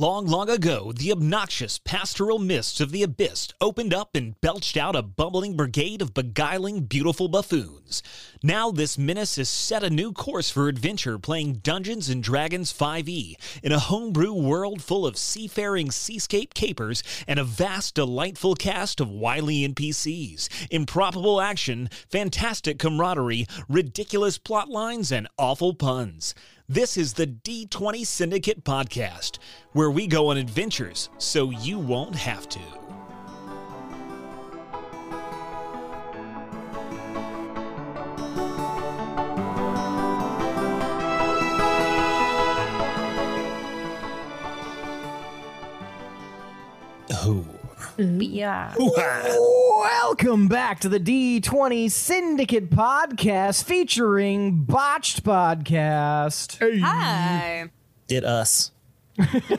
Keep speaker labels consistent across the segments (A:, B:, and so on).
A: Long, long ago, the obnoxious pastoral mists of the abyss opened up and belched out a bumbling brigade of beguiling, beautiful buffoons. Now, this menace has set a new course for adventure playing Dungeons and Dragons 5e in a homebrew world full of seafaring seascape capers and a vast, delightful cast of wily NPCs, improbable action, fantastic camaraderie, ridiculous plot lines, and awful puns. This is the D20 Syndicate podcast, where we go on adventures so you won't have to. Oh.
B: Yeah.
C: Welcome back to the D20 Syndicate podcast featuring Botched Podcast.
D: Hi.
E: did us.
C: Very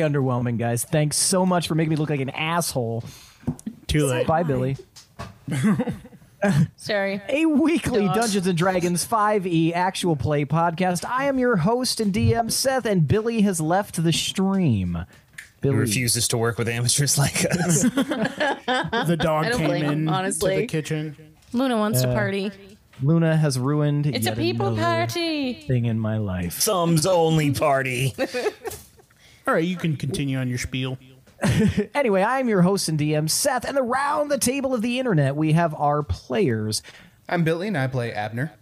C: underwhelming, guys. Thanks so much for making me look like an asshole.
E: Too late.
C: Bye, Billy.
B: Sorry.
C: A weekly Dungeons and Dragons 5e actual play podcast. I am your host and DM, Seth, and Billy has left the stream.
E: Hmm.
C: Billy,
E: Refuses to work with amateurs like us.
F: the dog
D: I don't
F: came
D: blame
F: in
D: him,
F: to
D: honestly.
F: the kitchen.
B: Luna wants to party.
C: Luna has ruined
B: It's a
C: yet
B: people
C: another
B: party.
C: thing in my life.
E: Thumbs only party.
F: All right, you can continue on your spiel.
C: Anyway, I'm your host and DM, Seth, and around the table of the internet, we have our players.
G: I'm Billy and I play Abner.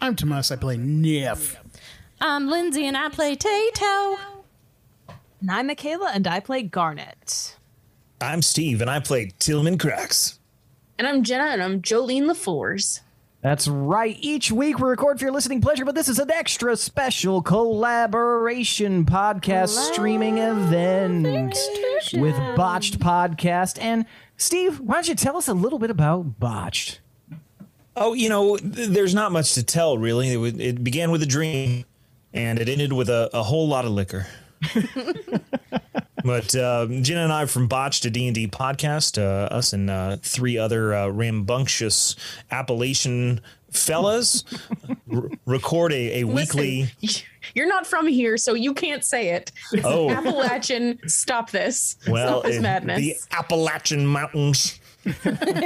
F: I'm Tomas. I play Niff.
B: I'm Lindsay and I play Tato.
D: And I'm Michaela and I play Garnet.
E: I'm Steve and I play Tillman Cracks.
H: And I'm Jenna, and I'm Jolene LaFours.
C: That's right. Each week we record for your listening pleasure, but this is an extra special collaboration podcast streaming event with Botched Podcast. And Steve, why don't you tell us a little bit about Botched?
E: Oh, you know, th- there's not much to tell, really. It, wa- it began with a dream and it ended with a, a whole lot of liquor. but uh, Jenna and I from Botch to D&D podcast, uh, us and uh, three other uh, rambunctious Appalachian fellas r- record a, a weekly...
H: You're not from here, so you can't say it. It's
E: Oh.
H: Appalachian. Stop this.
E: Well,
H: Stop this
E: in
H: madness.
E: the Appalachian Mountains.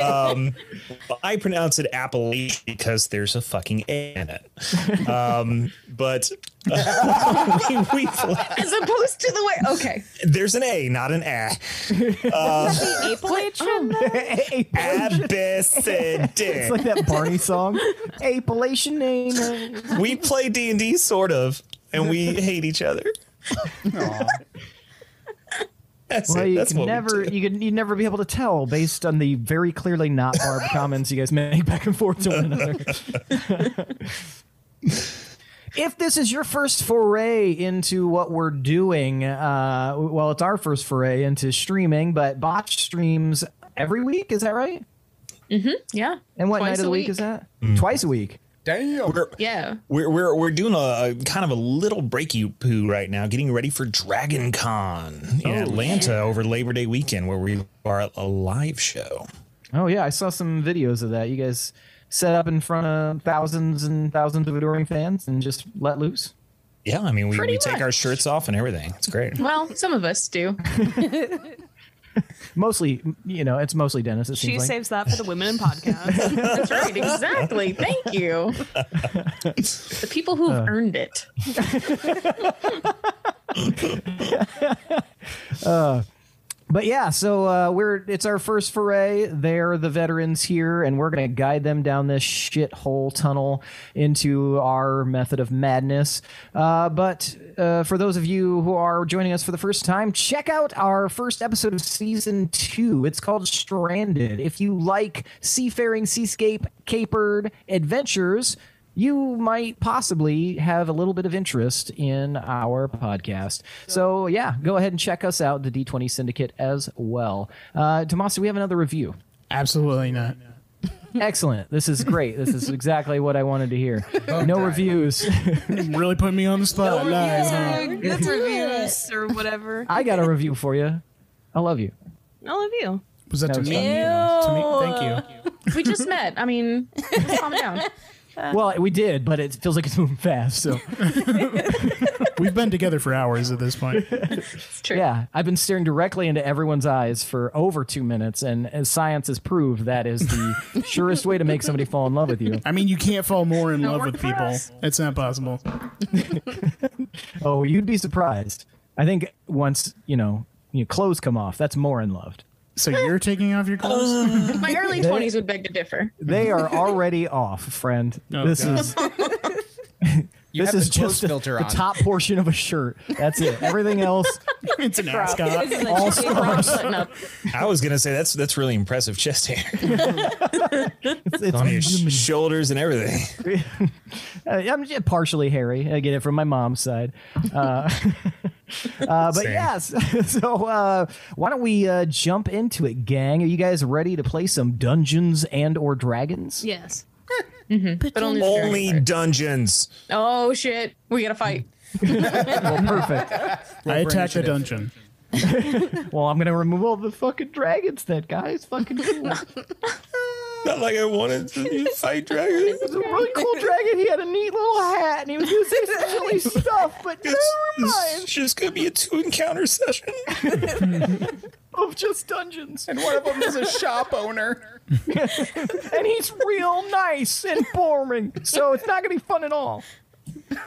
E: um, I pronounce it Appalachian because there's a fucking A in it. Um, but uh, we, we play-
H: As opposed to the way. Okay.
E: there's an A, not an A.
C: It's
E: Abyssidic.
C: like that Barney song. Appalachian name.
E: we play D and D sort of, and we hate each other. That's
C: Well,
E: it.
C: you
E: That's
C: can
E: what
C: never
E: we do.
C: you can you'd never be able to tell based on the very clearly not barbed comments you guys make back and forth to one another. if this is your first foray into what we're doing, uh, well, it's our first foray into streaming, but botched streams every week. Is that right?
H: Yeah.
C: And what
H: Twice
C: night of
H: a
C: the week,
H: week.
C: is that?
E: Mm.
C: Twice a week.
G: Damn.
H: Yeah.
E: We're, we're, we're doing a, a kind of a little breaky poo right now, getting ready for Dragon Con
H: Oh,
E: in Atlanta over Labor Day weekend, where we are at a live show.
C: Oh yeah, I saw some videos of that. You guys set up in front of thousands and thousands of adoring fans and just let loose.
E: Yeah, I mean, we,
H: Pretty
E: we take our
H: much.
E: shirts off and everything. It's great.
H: Well, some of us do.
C: Mostly, you know, it's mostly Dennis. It
D: She
C: seems like.
D: saves that for the women in podcast.
H: That's right. Exactly. Thank you. The people who
C: Uh.
H: have earned it.
C: But yeah, so uh, we're it's our first foray. They're the veterans here, and we're gonna guide them down this shithole tunnel into our method of madness. Uh, but uh, for those of you who are joining us for the first time, check out our first episode of season two. It's called Stranded. If you like seafaring, seascape, capered adventures. You might possibly have a little bit of interest in our podcast. So, yeah, go ahead and check us out, the D20 Syndicate, as well. Uh, Tomasa, we have another review.
F: Absolutely not.
C: Excellent. This is great. This is exactly what I wanted to hear. No reviews.
F: Really put me on the spot. Lies, huh?
D: Good reviews or whatever.
C: I got a review for you. I love you.
D: All of you.
F: Was that to
C: was
F: me?
C: fun.
F: To me? Thank you.
H: We just met. I mean, let's calm down.
C: well, we did, but it feels like it's moving fast. So
F: We've been together for hours at this point.
H: It's true.
C: yeah, I've been staring directly into everyone's eyes for over two minutes, and as science has proved, that is the surest way to make somebody fall in love with you.
F: I mean, you can't fall more in love
H: work
F: with
H: for
F: people.
H: us.
F: It's not possible.
C: Oh, you'd be surprised. I think once you know, your clothes come off, that's more in love.
F: So you're taking off your clothes?
H: My early 20s would beg to differ.
C: They are already off, friend.
F: Oh,
C: this
F: God.
C: is
G: You
C: this
G: have
C: is
G: the clothes
C: just the,
G: filter
C: the
G: on.
C: top portion of a shirt. That's it. Everything else,
F: it's an ascot.
H: All up.
E: I was gonna say that's that's really impressive chest hair
C: it's, it's
E: on your sh- shoulders and everything.
C: Uh, I'm just partially hairy. I get it from my mom's side. Uh, uh, but
E: Same.
C: yes, so uh, why don't we uh, jump into it, gang? Are you guys ready to play some Dungeons and or Dragons?
D: Yes.
H: But only.
E: Only dungeons.
H: Oh shit! We gotta fight.
C: Well, perfect.
F: I attack the
G: initiative.
F: dungeon.
C: well, I'm gonna remove all the fucking dragons, then, guys. Fucking cool.
E: Not like I wanted to fight dragons.
C: It was a really cool dragon. He had a neat little hat, and he was doing some silly stuff. But never mind.
E: just gonna be a two encounter session.
C: Of just dungeons,
G: And one of them is a shop owner.
C: and he's real nice and boring, so it's not gonna be fun at all.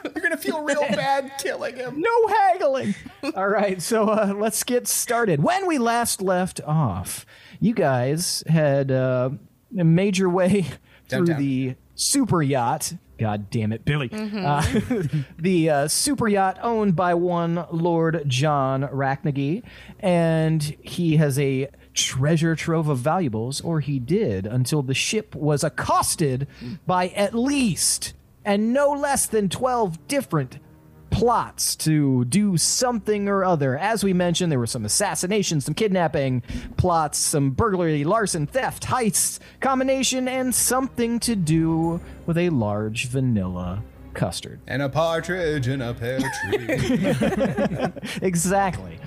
G: You're gonna feel real bad killing him.
C: No haggling. All right, so uh, let's get started. When we last left off, you guys had uh, made your way through
G: Downtown.
C: the super yacht. God damn it, Billy. Uh, the uh, super yacht owned by one Lord John Racknagy, and he has a treasure trove of valuables, or he did, until the ship was accosted by at least and no less than 12 different plots to do something or other. As we mentioned, there were some assassinations, some kidnapping plots, some burglary, larceny, theft, heists, combination, and something to do with a large vanilla custard.
G: And a partridge in a pear tree.
C: exactly.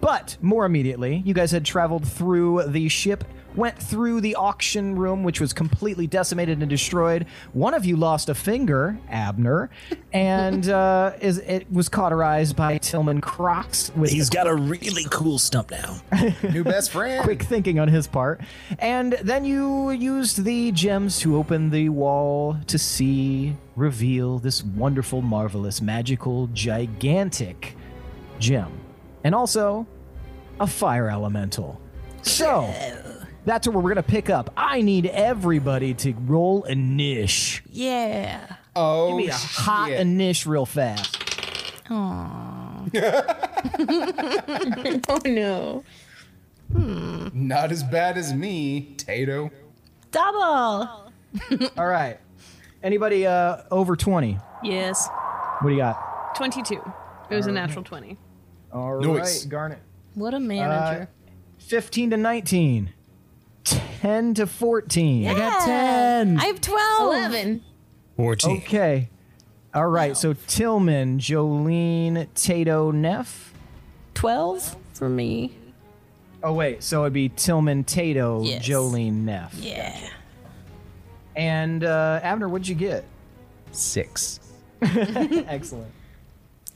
C: But more immediately, you guys had traveled through the ship, went through the auction room, which was completely decimated and destroyed. One of you lost a finger, Abner, and uh, is, it was cauterized by Tillman Crocs with
E: He's got a really cool stump now.
G: New best friend.
C: quick thinking on his part. And then you used the gems to open the wall to see, reveal this wonderful, marvelous, magical, gigantic gem. And also a fire elemental. So that's where we're going to pick up. I need everybody to roll a niche.
B: Yeah.
G: Oh,
C: Be a hot
G: shit.
C: a niche real fast.
H: Oh no!
G: Not as bad as me, Tato.
B: Double.
C: All right. Anybody uh, over 20?
D: Yes.
C: What do you got?
D: 22. It was a natural 20.
C: All right,
G: Nice.
C: Garnet.
B: What a manager.
C: 15 Uh, to 19 10 to 14
F: I got 10.
B: I have 12.
H: Eleven.
E: Fourteen.
C: okay all right so tillman jolene tato neff
B: 12 for me.
C: oh wait so it'd be tillman tato
B: Yes.
C: jolene neff
B: Yeah.
C: and uh, abner what'd you get
G: Six.
C: excellent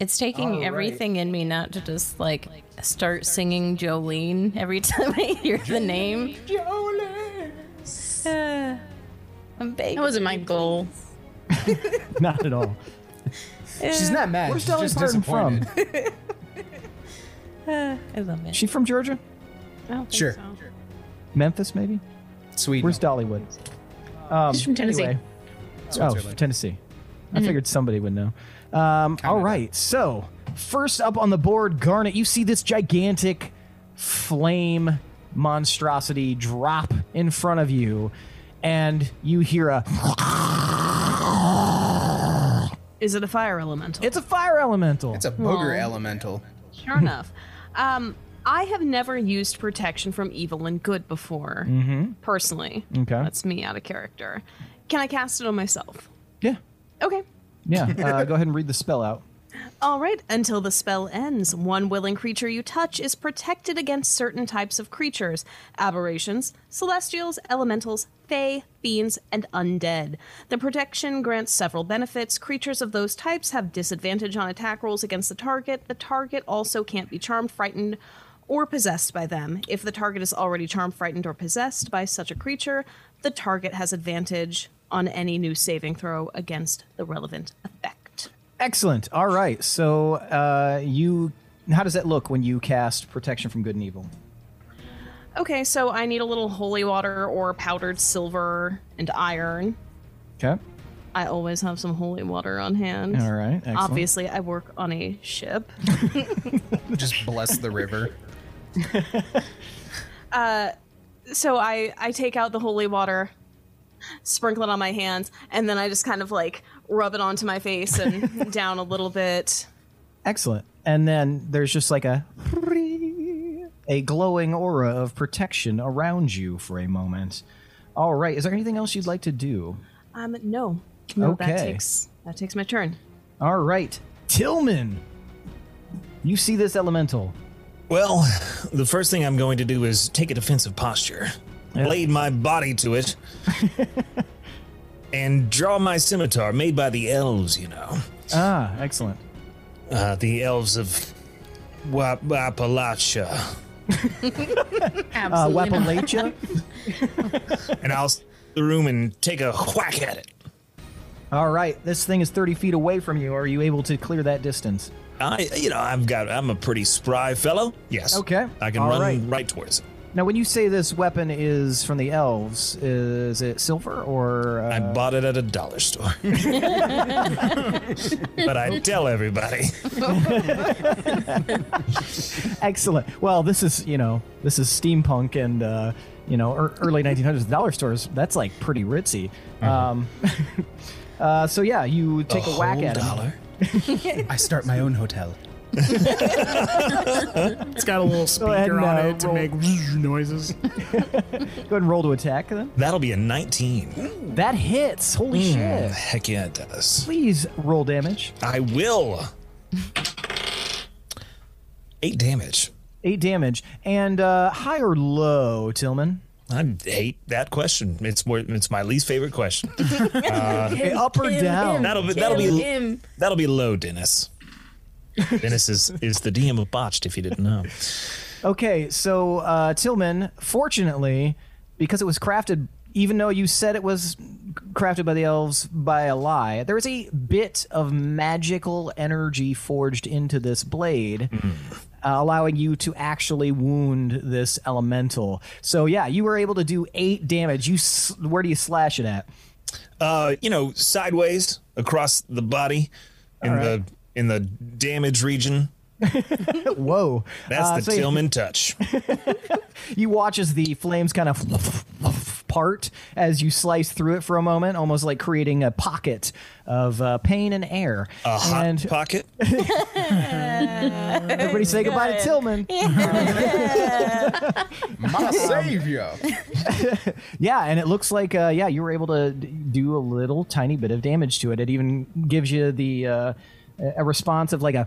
B: It's taking
C: All
B: everything in me not to just like start singing Jolene every time I hear the name. Jolene. I'm begging.
H: That wasn't my goal.
C: not at all
G: She's not mad.
C: where's
G: She's
C: dolly
G: just
C: parton
G: disappointed.
C: from
B: I love it.
C: she from georgia
G: Sure.
C: memphis maybe
G: Sweet.
C: where's dollywood
H: She's from Tennessee.
C: anyway oh
G: Switzerland.
C: tennessee i figured somebody would know um, all right so first up on the board garnet you see this gigantic flame monstrosity drop in front of you and you hear a
D: Is it a fire elemental?
C: it's a fire elemental
G: It's a booger elemental.
D: Sure enough. Um, I have never used protection from evil and good before, mm-hmm. personally.
C: okay
D: That's me out of character. Can I cast it on myself?
C: yeah
D: Okay.
C: yeah uh, go ahead and read the spell out
D: All right, until the spell ends, one willing creature you touch is protected against certain types of creatures aberrations, celestials, elementals, fae, fiends, and undead. The protection grants several benefits. Creatures of those types have disadvantage on attack rolls against the target. The target also can't be charmed, frightened, or possessed by them. If the target is already charmed, frightened, or possessed by such a creature, the target has advantage on any new saving throw against the relevant effect.
C: Excellent. All right. So uh, you, how does that look when you cast protection from good and evil?
D: Okay, so I need a little holy water or powdered silver and iron.
C: Okay.
D: I always have some holy water on hand.
C: All right. Excellent.
D: Obviously, I work on a ship.
G: Just bless the river.
D: so I I take out the holy water, sprinkle it on my hands, and then I just kind of like rub it onto my face and down a little bit.
C: Excellent. And then there's just like a a glowing aura of protection around you for a moment. All right. Is there anything else you'd like to do?
D: Um, no, no, that
C: Okay.
D: takes that takes my turn.
C: All right. Tillman. You see this elemental.
E: Well, the first thing I'm going to do is take a defensive posture, blade my body to it, and draw my scimitar made by the elves, you know.
C: Ah, excellent.
E: Uh, the elves of Wa- Appalachia.
C: Uh,
H: Absolutely. not.
C: Wapalacha.
E: And I'll s- the room and take a whack at it.
C: All right. This thing is 30 feet away from you. Are you able to clear that distance?
E: I, you know, I've got, I'm a pretty spry fellow. Yes.
C: Okay.
E: I can
C: All
E: run
C: right.
E: right. towards it.
C: Now, when you say this weapon is from the elves, is it silver or? Uh,
E: I bought it at a dollar store. but I tell everybody.
C: excellent. Well, this is you know this is steampunk and uh, you know ear- early 1900s dollar stores. That's like pretty ritzy.
E: Mm-hmm.
C: Um, uh, so yeah, you take a, whack
E: whole
C: at it.
E: dollar.
G: I start my own hotel.
F: It's got a little speaker
C: ahead and,
F: on
C: uh,
F: it to
C: roll.
F: make noises.
C: Go ahead and roll to attack then.
E: That'll be a 19.
C: That hits. Holy shit!
E: Heck yeah, it does.
C: Please roll damage.
E: I will. Eight damage.
C: Eight damage and uh, high or low, Tillman.
E: I hate that question. It's wor- it's my least favorite question.
C: Hey, up or down?
E: That'll be that'll
H: Kill
E: be
H: him.
E: that'll be low, Dennis. Dennis is, is the DM of botched if you didn't know.
C: Okay, so uh, Tillman, fortunately, because it was crafted, even though you said it was crafted by the elves by a lie, there was a bit of magical energy forged into this blade, uh, allowing you to actually wound this elemental. So yeah, you were able to do eight damage. You s- where do you slash it at?
E: Uh, you know, sideways across the body in the in the damage region.
C: Whoa,
E: That's
C: Uh,
E: the
C: so you-
E: Tillman touch.
C: you watch as the flames kind of part as you slice through it for a moment, almost like creating a pocket of uh, pain and air.
E: A hot
C: and
E: pocket.
C: everybody say goodbye to Tillman.
G: My savior.
C: Yeah, and it looks like uh, yeah, you were able to d- do a little tiny bit of damage to it. It even gives you the uh, a response of like a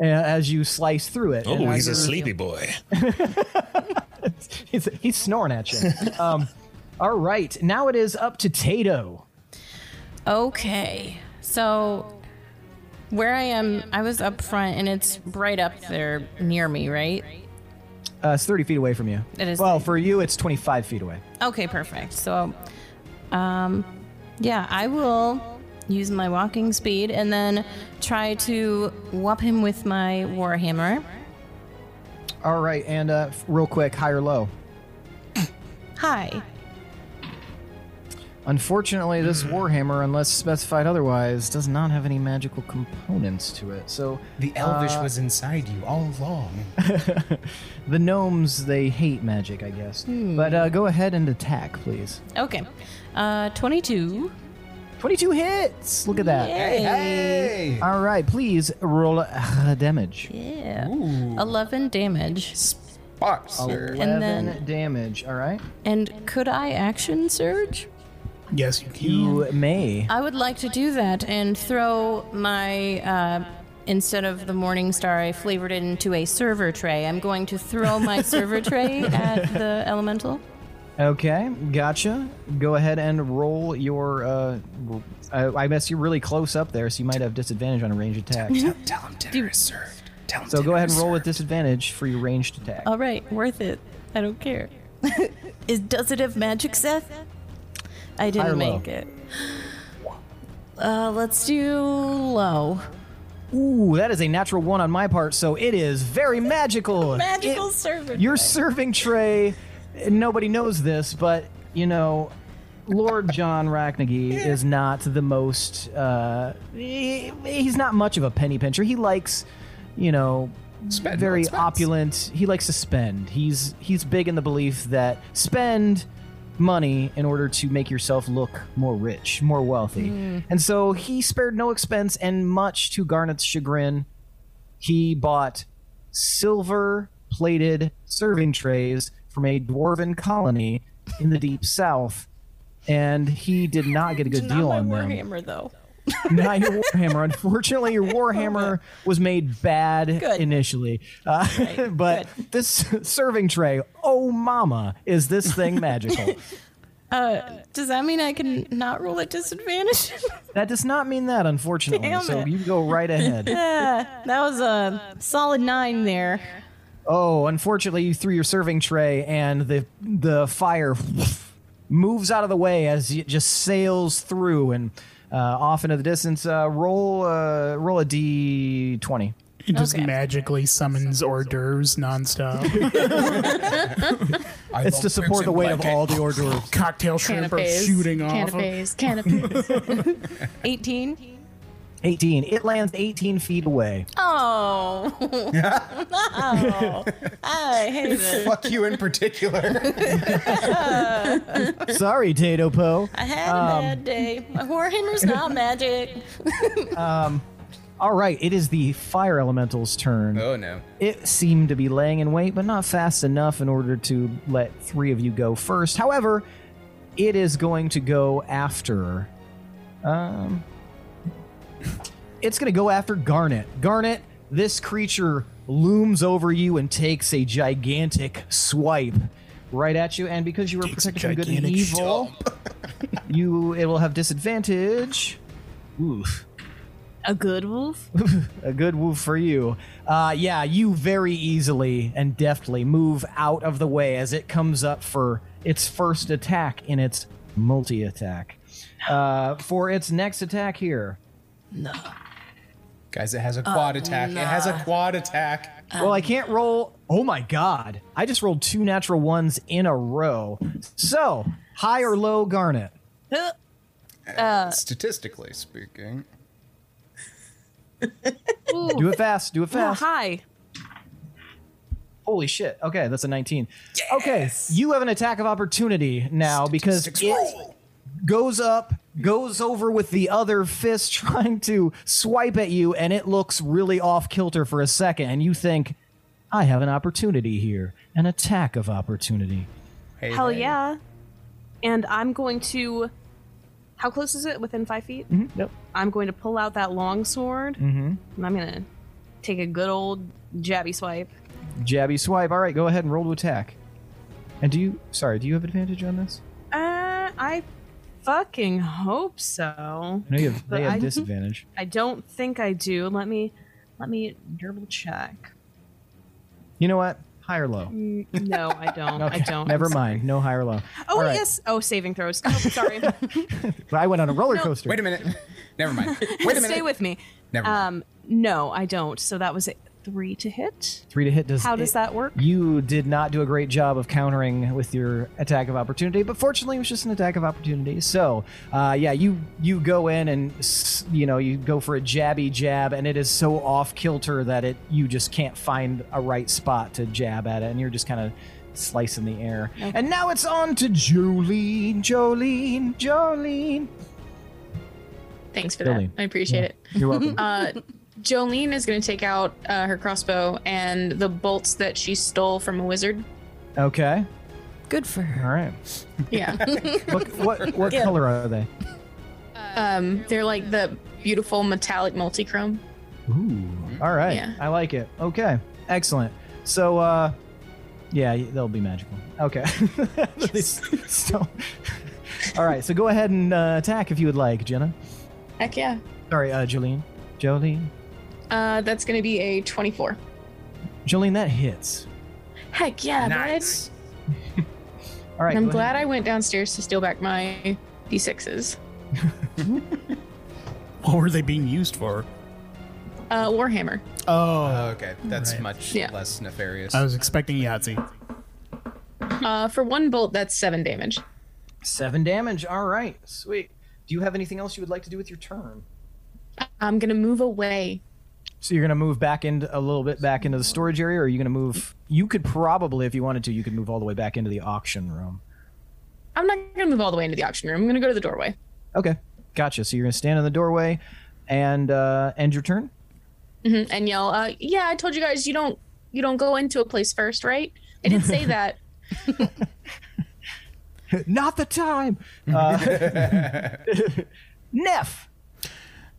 C: as you slice through it.
E: Oh,
C: And
E: he's a
C: you're-
E: sleepy boy.
C: He's, he's snoring at you. um, all right, now it is up to Tato.
B: Okay. So where I am, I was up front and it's right up there near me, right?
C: Uh, it's thirty feet away from you.
B: It is
C: Well, for you, it's twenty-five feet away.
B: Okay, perfect. So um yeah, I will use my walking speed and then try to whop him with my warhammer.
C: All right, and uh, f- real quick, high or low?
B: Hi.
C: Unfortunately, this
B: Hmm.
C: warhammer, unless specified otherwise, does not have any magical components to it. So
G: The elvish
F: Uh,
G: was inside you all along.
C: the gnomes, they hate magic, I guess.
B: Hmm.
C: But uh, go ahead and attack, please.
B: Okay. Uh 22.
C: Twenty-two hits. Look at that.
G: Hey!
C: All right, please roll uh, damage.
B: Yeah. 11 damage.
G: Boxer.
B: And
C: Eleven
B: then-
C: damage. All right.
B: And could I action surge?
F: yes, you can.
C: You may.
B: I would like to do that and throw my uh, instead of the morning star, I flavored it into a server tray. I'm going to throw my server tray at the elemental.
C: Okay, gotcha. Go ahead and roll your. Uh, I, I guess you're really close up there, so you might have disadvantage on a range attack.
E: Tell him dinner is served. Tell him
C: so go
E: dinner
C: ahead and
E: is
C: roll with
E: served.
C: disadvantage for your ranged attack.
B: All right, worth it. I don't care. Is does it have magic, Seth? I
C: High or
B: didn't
C: low?
B: make it. Uh, let's do low.
C: Ooh, that is a natural one on my part, so it is very magical.
H: Magical
C: It-
H: server
C: Your serving tray, nobody knows this, but you know, Lord John Racknagy is not the most. Uh, he- he's not much of a penny pincher. He likes, you know,
G: Spend,
C: very
G: not expense.
C: opulent. He likes to spend. He's he's big in the belief that spend money in order to make yourself look more rich, more wealthy. And so he spared no expense and much to Garnet's chagrin, he bought silver plated serving trays from a dwarven colony in the deep south. And he did not get a good deal
H: Not
C: on
H: my
C: them
H: Warhammer though.
C: not your Warhammer. Unfortunately, your Warhammer was made bad
H: Good.
C: initially. Uh, but this serving tray, oh mama, is this thing magical?
B: Uh, does that mean I can not roll at disadvantage?
C: that does not mean that, unfortunately.
B: Damn
C: so
B: it.
C: you go right ahead.
B: that was a solid nine there.
C: oh, unfortunately, you threw your serving tray, and the the fire moves out of the way as it just sails through and. Uh, off into the distance, uh, roll uh, roll a d twenty.
F: He just
B: Okay.
F: magically summons hors d'oeuvres nonstop.
G: I
C: It's
G: love
C: to support
G: crimson
C: the weight of
G: blanket.
C: all the hors d'oeuvres.
F: Cocktail shrimp are
H: Canapes.
F: shooting off. Him.
H: Canapes. Canapes.
B: 18.
C: 18. It lands 18 feet away.
B: Oh. oh. I hate it.
G: Fuck you in particular.
C: Sorry, Tato Po.
B: I had
C: Um,
B: a bad day. My Warhammer's not magic.
C: All right, it is the fire elemental's turn.
G: oh no.
C: It seemed to be laying in wait, but not fast enough in order to let three of you go first. However, it is going to go after. Um, it's going to go after Garnet. Garnet, this creature looms over you and takes a gigantic swipe right at you. And because you were protected from good and
F: gigantic
C: evil, you it will have disadvantage. Oof
D: A good wolf?
C: a good woof for you. Uh, yeah, you very easily and deftly move out of the way as it comes up for its first attack in its multi attack. Uh, for its next attack here.
G: Guys, it has a quad attack. It has a quad attack.
C: Well, I can't roll. Oh my god. I just rolled two natural ones in a row. So, high or low, Garnet?
G: Uh, Statistically speaking.
C: Do it fast. Do it
D: Oh,
C: fast.
D: hi.
C: Holy shit. Okay, that's a 19. Okay, you have an attack of opportunity now because it goes up, goes over with the other fist trying to swipe at you, and it looks really off kilter for a second, and you think, I have an opportunity here, an attack of opportunity.
G: Hey,
D: Hell
G: hey.
D: yeah. And I'm going to. How close is it? Within five feet?
C: Mm-hmm, Yep.
D: I'm going to pull out that long sword. Mm-hmm. And I'm going to take a good old jabby swipe.
C: Jabby swipe. All right, go ahead and roll to attack. And do you, sorry, do you have advantage on this?
D: Uh, I fucking hope so.
C: I know you have, they have
D: I-
C: disadvantage.
D: I don't think I do. Let me let me double check. Mm,
C: You know what? High or low?
D: No, I don't. I don't.
C: Never mind. No high or low.
D: Oh
C: All right.
D: yes. Oh, saving throws. Oh, sorry.
C: I went on a roller coaster.
G: Wait a minute. Never mind. Wait a minute.
D: Stay with me.
G: Never mind.
D: Um, no, I don't. So that was a three to hit.
C: Three to hit does.
D: How does
C: it-
D: that work?
C: You did not do a great job of countering with your attack of opportunity, but fortunately, it was just an attack of opportunity. So, uh, yeah, you you go in and s- you know you go for a jabby jab, and it is so off kilter that it you just can't find a right spot to jab at it, and you're just kind of slicing the air. And now it's on to Jolene, Jolene, Jolene.
H: Thanks for
C: Jolene.
H: that. I appreciate it.
C: You're welcome.
H: Uh, Jolene is going to take out uh, her crossbow and the bolts that she stole from a wizard.
C: okay,
B: Good for her.
C: all right.
H: Yeah.
C: What what, what color are they?
H: um, they're like the beautiful metallic multichrome.
C: Ooh, All right.
H: Yeah.
C: I like it. Okay. Excellent. So, uh, yeah, y- they'll be magical. Okay. They s- so, all right. So go ahead and uh, attack if you would like, Jenna.
H: Heck yeah.
C: Sorry, uh, Jolene. Jolene.
H: Uh, that's going to be a 24.
C: Jolene, that hits.
H: Heck yeah, nice.
C: All right.
H: I'm
C: go ahead.
H: glad I went downstairs to steal back my d6s.
F: What were they being used for?
H: Uh, Warhammer.
F: Oh,
G: Okay, that's much
H: Yeah.
G: less nefarious.
F: I was expecting Yahtzee.
H: Uh, for one bolt, that's seven damage.
C: Seven damage. All right. Sweet. Do you have anything else you would like to do with your turn?
H: I'm gonna move away.
C: So you're gonna move back into a little bit back into the storage area, or are you gonna move? You could probably, if you wanted to, you could move all the way back into the auction room.
H: I'm not gonna move all the way into the auction room. I'm gonna go to the doorway.
C: Okay, gotcha. So you're gonna stand in the doorway, and uh, end your turn.
H: Mhm, and yell, uh, "Yeah, I told you guys you don't you don't go into a place first, right? I didn't say that.
C: Not the time. Uh, Neff.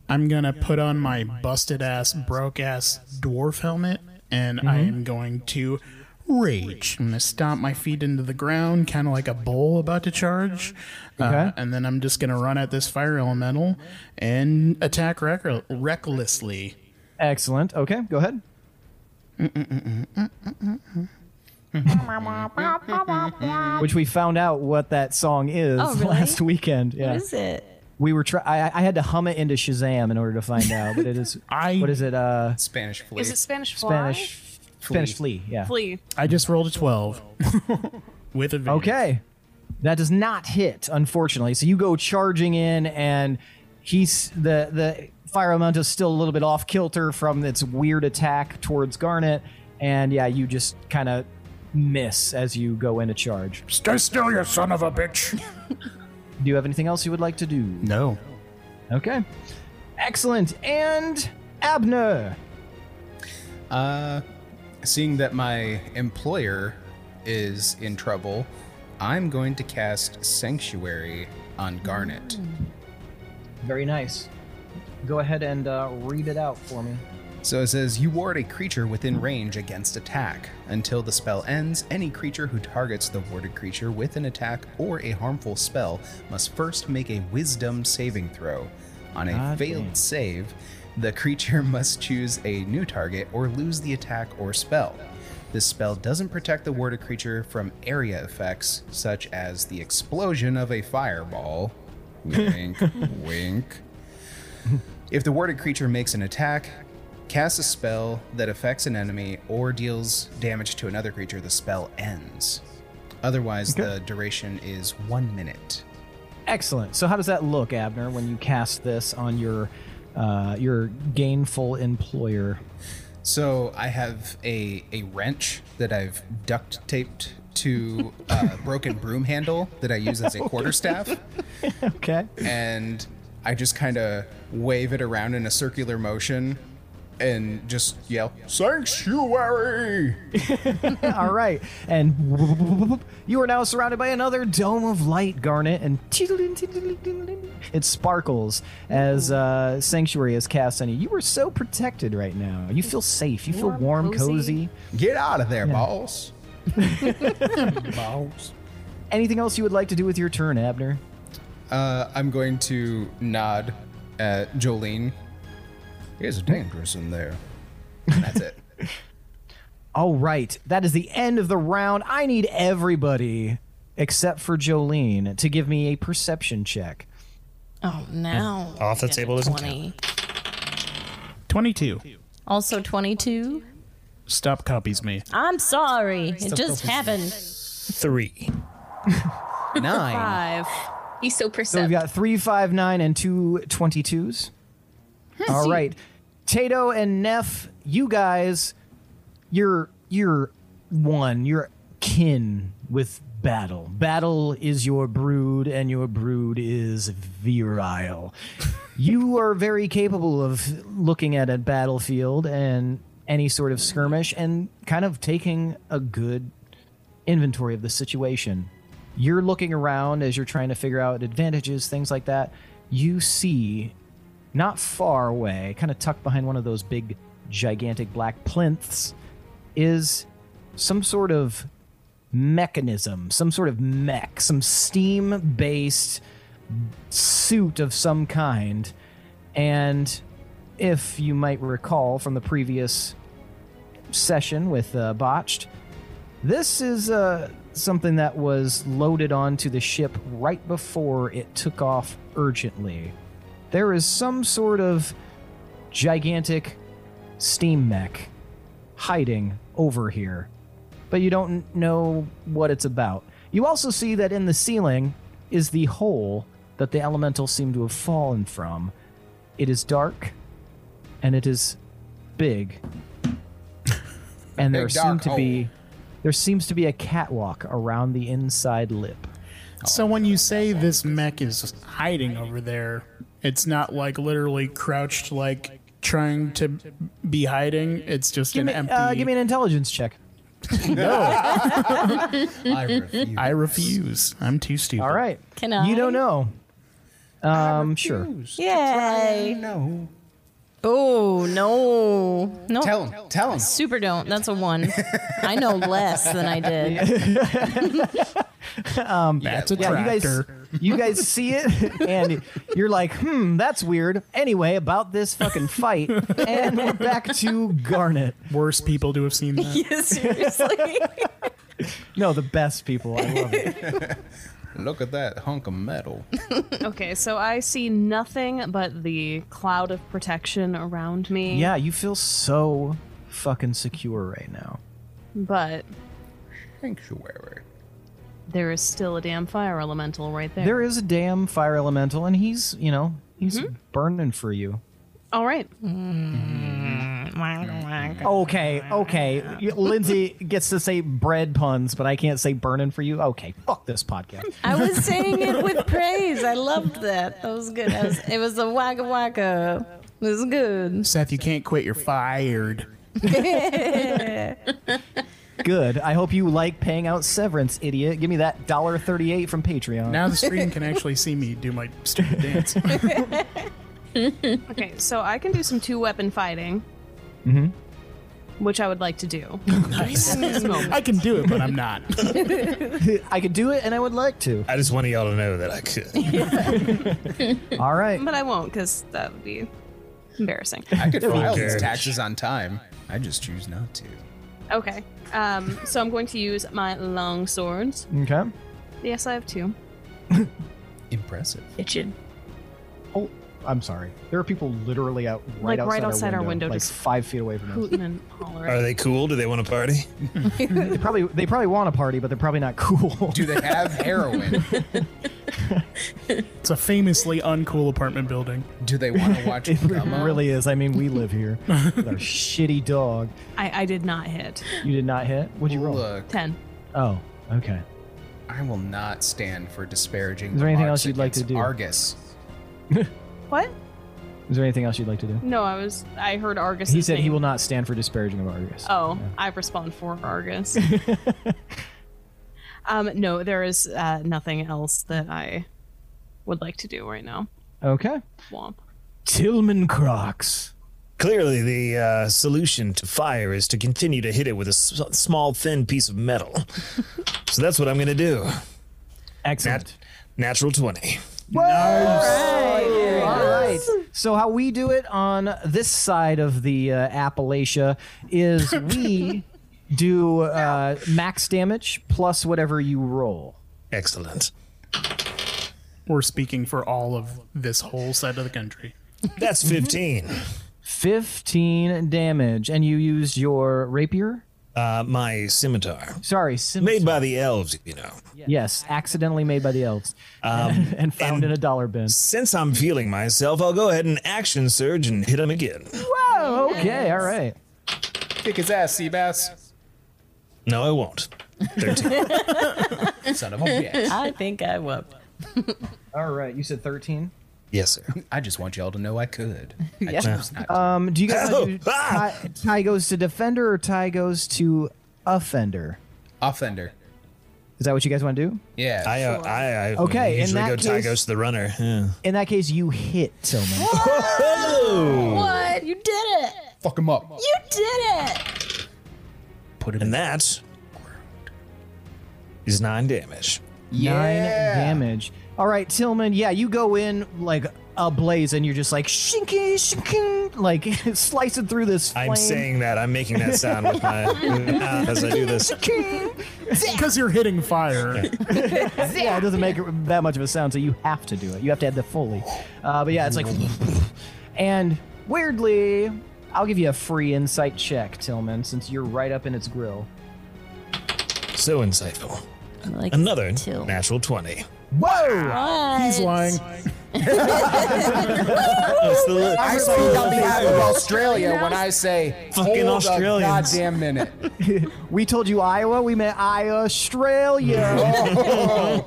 F: I'm gonna put on my busted ass, broke ass dwarf helmet, and
C: Mm-hmm.
F: I am going to rage. I'm gonna stomp my feet into the ground, kind of like a bull about to charge,
C: Okay.
F: uh, and then I'm just gonna run at this fire elemental and attack reck- recklessly.
C: Excellent. Okay, go ahead. Which we found out what that song is
B: Oh, really?
C: last weekend. Yeah.
B: What is it?
C: we were try- I, I had to hum it into Shazam in order to find out, but it is
F: I-
C: what is it? Uh,
G: Spanish flea.
D: Is it Spanish fly?
C: Spanish Spanish flea. Yeah.
D: Flea.
F: I just rolled a twelve with advantage.
C: Okay. That does not hit, unfortunately. So you go charging in, and he's the the fire elemental is still a little bit off kilter from its weird attack towards Garnet, and yeah, you just kind of miss as you go into charge.
F: Stay still, you son of a bitch.
C: Do you have anything else you would like to do?
F: No.
C: Okay. Excellent. And Abner.
G: Uh, seeing that my employer is in trouble, I'm going to cast Sanctuary on Garnet.
C: Very nice. Go ahead and uh, read it out for me.
G: So it says you ward a creature within range against attack. Until the spell ends, any creature who targets the warded creature with an attack or a harmful spell must first make a wisdom saving throw. On a
C: God
G: failed
C: damn.
G: save, the creature must choose a new target or lose the attack or spell. This spell doesn't protect the warded creature from area effects such as the explosion of a fireball. Wink, wink. If the warded creature makes an attack, casts a spell that affects an enemy or deals damage to another creature, the spell ends. Otherwise, the duration is one minute.
C: Excellent. So how does that look, Abner, when you cast this on your uh, your gainful employer?
G: So I have a, a wrench that I've duct taped to a broken broom handle that I use as a quarterstaff,
C: Okay.
G: and I just kind of wave it around in a circular motion and just yell, Sanctuary!
C: All right. And you are now surrounded by another dome of light, Garnet, and it sparkles as uh, Sanctuary is cast on you. You are so protected right now. You feel safe. You feel warm, cozy.
G: Get out of there, boss!
C: Anything else you would like to do with your turn, Abner?
G: Uh, I'm going to nod at Jolene. You guys are dangerous in there. And that's it.
C: All right, that is the end of the round. I need everybody except for Jolene to give me a perception check.
B: Oh, now.
E: Off the
B: Get a
E: table doesn't count.
B: 20.
F: Twenty-two.
B: Also 22.
F: Stop copies me.
B: I'm sorry. It just happened.
E: Three.
G: Nine.
B: Five.
H: He's so
C: So
H: perceptive.
C: we've got three, five, nine, and two 22s. All right, Tato and Neff, you guys, you're you're one. You're kin with battle. Battle is your brood, and your brood is virile. you are very capable of looking at a battlefield and any sort of skirmish, and kind of taking a good inventory of the situation. You're looking around as you're trying to figure out advantages, things like that. You see, not far away, kind of tucked behind one of those big gigantic black plinths is some sort of mechanism, some sort of mech, some steam based suit of some kind. And if you might recall from the previous session with uh, Botched, this is uh, something that was loaded onto the ship right before it took off urgently. There is some sort of gigantic steam mech hiding over here, but you don't know what it's about. You also see that in the ceiling is the hole that the elemental seem to have fallen from. It is dark and it is big. And there
G: Big
C: seem
G: dark
C: to be there seems to be a catwalk around the inside lip.
F: So when you say this mech is hiding over there, it's not like literally crouched, like trying to be hiding. It's just an
C: Give me,
F: empty.
C: uh, give me an intelligence check.
G: I refuse.
F: I refuse. I'm too stupid.
C: All right.
B: Can
C: You don't
B: I?
C: know. Um, sure.
B: Yay.
G: No.
B: Oh, no. No.
G: Tell him. Tell him.
B: Super don't. That's a one. I know less than I did.
F: That's a
C: Yeah, you
F: tractor.
C: guys, you guys see it, and you're like, "Hmm, that's weird." Anyway, about this fucking fight, and we're back to Garnet.
F: Worst people to have seen that.
B: Seriously.
C: No, the best people. I love it.
G: Look at that hunk of metal.
D: Okay, so I see nothing but the cloud of protection around me.
C: Yeah, you feel so fucking secure right now.
D: But
G: Sanctuary.
D: there is still a damn fire elemental right there.
C: There is a damn fire elemental, and he's, you know, he's
F: Mm-hmm.
C: burning for you.
D: All right.
C: Okay, okay. Y- Lindsay gets to say bread puns, but I can't say burning for you. Okay, fuck this podcast.
B: I was saying it with praise. I loved that. That was good. That was, it was a waka waka. It was good.
F: Seth, you can't quit. You're fired.
C: Good. I hope you like paying out severance, idiot. Give me that dollar thirty-eight from Patreon.
F: Now the screen can actually see me do my stupid dance.
D: Okay, so I can do some two weapon fighting. Mm-hmm. Which I would like to do.
F: nice.
D: at this moment.
F: I can do it, but I'm not.
C: I could do it, and I would like to.
E: I just want y'all to know that I could.
C: All right.
D: But I won't because that would be embarrassing.
G: I could file
E: cares?
G: these taxes on time. I just choose not to.
D: Okay. Um, so I'm going to use my long swords.
C: Okay.
D: Yes, I have two.
G: Impressive.
H: Itching.
C: Oh, I'm sorry. There are people literally out right
D: Like,
C: outside,
D: right outside our window,
C: like
D: just-
C: five feet away from us.
D: Hooting and hollering.
E: Are they cool? Do they want to party?
C: they probably they probably want a party, but they're probably not cool.
G: Do they have heroin?
F: It's a famously uncool apartment building.
G: Do they want to watch
C: it
G: Gummo?
C: really is. I mean, we live here with our shitty dog.
D: I, I did not hit.
C: You did not hit. What'd you roll?
G: Look,
D: Ten.
C: Oh, okay.
G: I will not stand for disparaging.
C: Is there anything
G: remarks
C: else you'd like to
G: against
C: do?
G: Argus.
D: What?
C: Is there anything else you'd like to do?
D: No, I was. I heard Argus.
C: He said he will not stand for disparaging of Argus.
D: Oh, I respond for Argus. um, no, there is uh, nothing else that I would like to do right now.
C: Okay.
D: Womp.
C: Tillman Crocs.
E: Clearly, the uh, solution to fire is to continue to hit it with a s- small, thin piece of metal. so that's what I'm going to do.
C: Excellent.
E: Natural 20.
C: All right. So how we do it on this side of the uh, Appalachia is we do uh, max damage plus whatever you roll.
E: Excellent.
F: We're speaking for all of this whole side of the country.
E: That's
C: Mm-hmm.
E: 15.
C: 15 damage and you use your rapier?
E: Uh, my scimitar.
C: Sorry, sim-
E: Made by the elves, you know.
C: yes, accidentally made by the elves
E: Um,
C: and found in a dollar bin.
E: Since I'm feeling myself, I'll go ahead and action surge and hit him again.
C: Whoa, okay, all right.
G: Kick his ass, Seabass.
E: No, I won't. 13.
G: Son of a bitch.
B: I think I whooped.
C: All right, you said 13?
E: yes, sir.
G: I just want y'all to know I could. I choose not to.
C: Um, do you guys want to do
E: Oh,
C: tie,
E: ah!
C: tie goes to defender or tie goes to offender?
G: Offender.
C: Is that what you guys want to do?
G: Yeah.
E: I, uh, I, I
C: Okay, in
E: usually
C: that
E: go tie
C: case-
E: goes to the runner. Yeah.
C: In that case, you hit Tillman.
B: You did it.
G: Fuck him up.
D: You did it!
G: Put him
E: And
G: in.
E: that is nine damage.
C: Nine
G: Yeah.
C: damage. All right, Tillman. Yeah, you go in like ablaze, and you're just like shinking, shinking, like slicing through this. Flame.
E: I'm saying that. I'm making that sound with my with my mouth as I do this.
F: Because you're hitting fire.
C: yeah, it doesn't make it that much of a sound, so you have to do it. You have to add the Foley. Uh, but yeah, it's like. and weirdly, I'll give you a free insight check, Tillman, since you're right up in its grill.
E: So insightful.
B: Like
E: Another
B: Till.
E: natural 20.
C: Whoa!
F: He's lying.
E: That's the li-
G: I speak on behalf of Australia when I say
E: Fucking
G: hold
E: Australians.
G: A goddamn minute.
C: We told you Iowa. We meant I Australia.
G: Oh.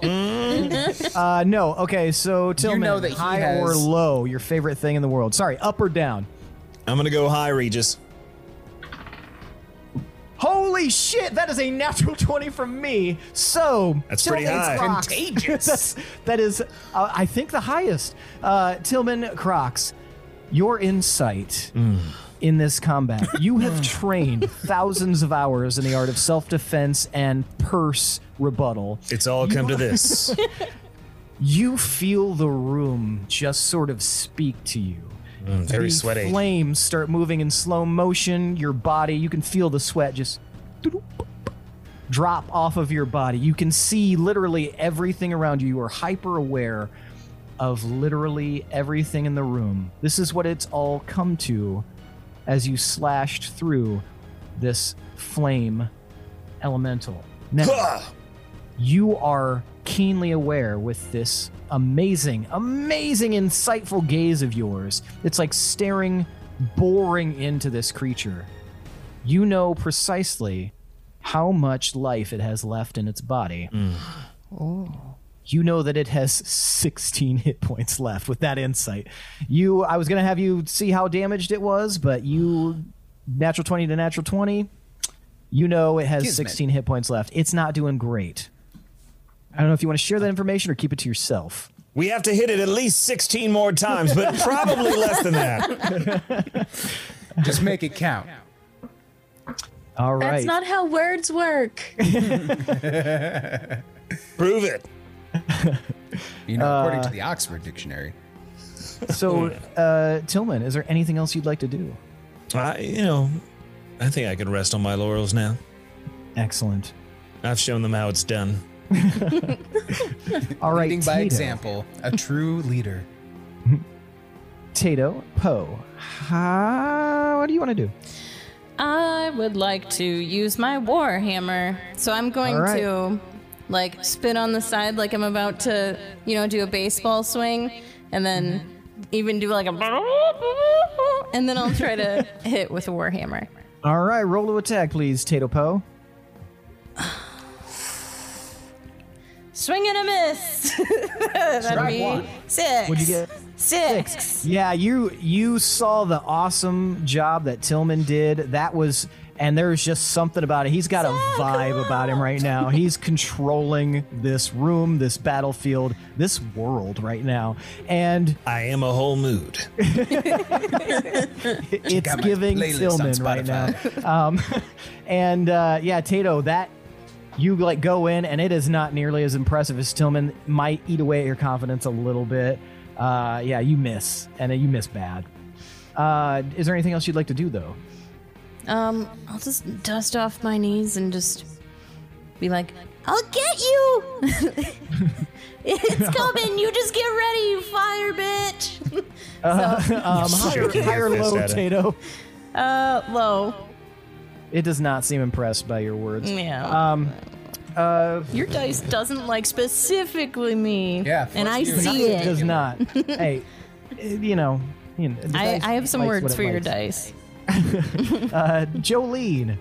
C: uh, no. Okay. So Tillman,
G: know that he
C: high or
G: has-
C: low, your favorite thing in the world. Sorry, up or down.
E: I'm going to go high, Regis.
C: Holy shit! That is a natural twenty from me. So
E: That's pretty
C: Tillman
E: high.
C: Crocs. That's, that is, uh, I think, the highest. Uh, Tillman Crocs, your insight
E: Mm.
C: in this combat. You have trained thousands of hours in the art of self-defense and purse rebuttal.
E: It's all come to this.
C: You feel the room just sort of speak to you.
E: Mm, Very
C: The
E: sweaty.
C: Flames start moving in slow motion. Your body, you can feel the sweat just drop off of your body. You can see literally everything around you. You are hyper aware of literally everything in the room. This is what it's all come to as you slashed through this flame elemental. Now, you are keenly aware with this amazing, amazing, insightful gaze of yours. It's like staring, boring into this creature. You know precisely how much life it has left in its body.
G: Mm. Oh.
C: You know that it has 16 hit points left with that insight. You, I was going to have you see how damaged it was, but you, natural 20 to natural 20, you know it has
G: Kismet.
C: 16 hit points left. It's not doing great. I don't know if you want to share that information or keep it to yourself.
E: We have to hit it at least 16 more times, but probably less than that.
G: Just make it count.
C: All right.
H: That's not how words work.
E: Prove it.
G: You know, according to
C: Uh,
G: the Oxford Dictionary.
C: so, uh, Tillman, is there anything else you'd like to do?
E: I, you know, I think I can rest on my laurels now.
C: Excellent.
E: I've shown them how it's done.
C: All right.
G: Leading by
C: Tato.
G: example, a true leader.
C: Tato, Poe, ha, what do you want to do?
B: I would like to use my war hammer. So I'm going
C: All right.
B: to like spin on the side like I'm about to, you know, do a baseball swing and then
C: Mm-hmm.
B: even do like a and then I'll try to hit with a war hammer.
C: All right. Roll to attack, please, Tato Poe.
B: Swing and a miss. That'd be
G: one.
B: six.
C: What'd you get?
B: Six.
C: Yeah, you you saw the awesome job that Tillman did. That was and there's just something about it. He's got a vibe about him right now. He's controlling this room, this battlefield, this world right now. And
E: I am a whole mood.
C: it's
G: out my
C: giving
G: playlist on
C: Tillman right now.
G: Spotify.
C: Um, and uh, yeah, Tato, that you like go in and it is not nearly as impressive as Tillman. Might eat away at your confidence a little bit. Uh, yeah, you miss and then you miss bad. Uh, is there anything else you'd like to do though?
B: Um, I'll just dust off my knees and just be like, I'll get you! it's coming, you just get ready, you fire bitch!
C: Um, higher,
E: Shaking your
C: higher
E: fist
C: low,
E: at it.
C: Tato.
B: Uh, low.
C: It does not seem impressed by your words.
B: Yeah.
C: Um, uh,
B: Your dice doesn't like specifically me.
G: Yeah,
B: And I
G: fuck you.
B: see
G: It
B: it.
C: does not. hey, you know, you know, the
B: I,
C: dice
B: I have some
C: likes what
B: words
C: it
B: for your
C: likes.
B: dice.
C: Uh, Jolene. It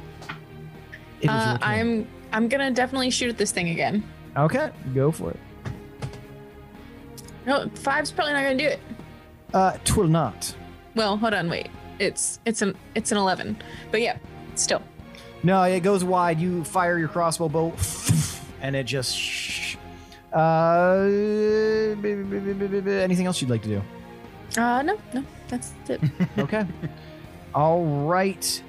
C: is your
H: Uh,
C: turn.
H: I'm I'm gonna definitely shoot at this thing again.
C: Okay, go for it.
H: No, five's probably not gonna do it.
C: Uh, twill not.
H: Well, hold on, wait. It's it's an it's an eleven, but yeah, still.
C: No, it goes wide. You fire your crossbow bolt, and it just. Shh. Uh, anything else you'd like to do?
H: Uh, no, no, that's it.
C: Okay. All right,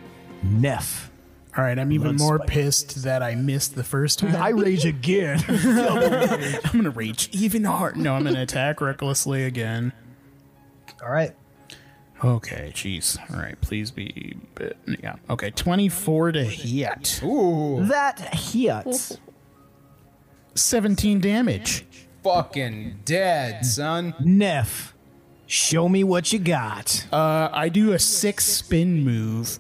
C: Neff.
F: All right, I'm even more pissed that I missed the first time.
C: I rage again.
F: I'm gonna rage even harder. No, I'm gonna attack recklessly again.
C: All right.
F: Okay, jeez. All right, please be. But, yeah. Okay, 24 to hit.
C: That hit.
F: 17 damage.
G: Fucking dead, son.
C: Neff, show me what you got.
F: Uh, I do a six spin move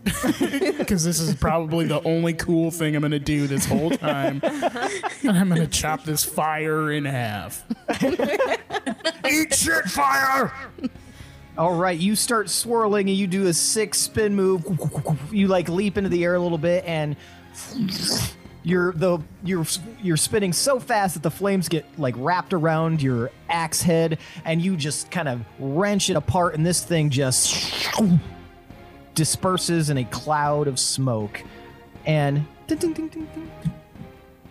F: because this is probably the only cool thing I'm gonna do this whole time, and I'm gonna chop this fire in half. Eat shit, fire!
C: All right, you start swirling and you do a six spin move. You like leap into the air a little bit and you're the you're you're spinning so fast that the flames get like wrapped around your axe head and you just kind of wrench it apart and this thing just disperses in a cloud of smoke and ding, ding, ding, ding, ding,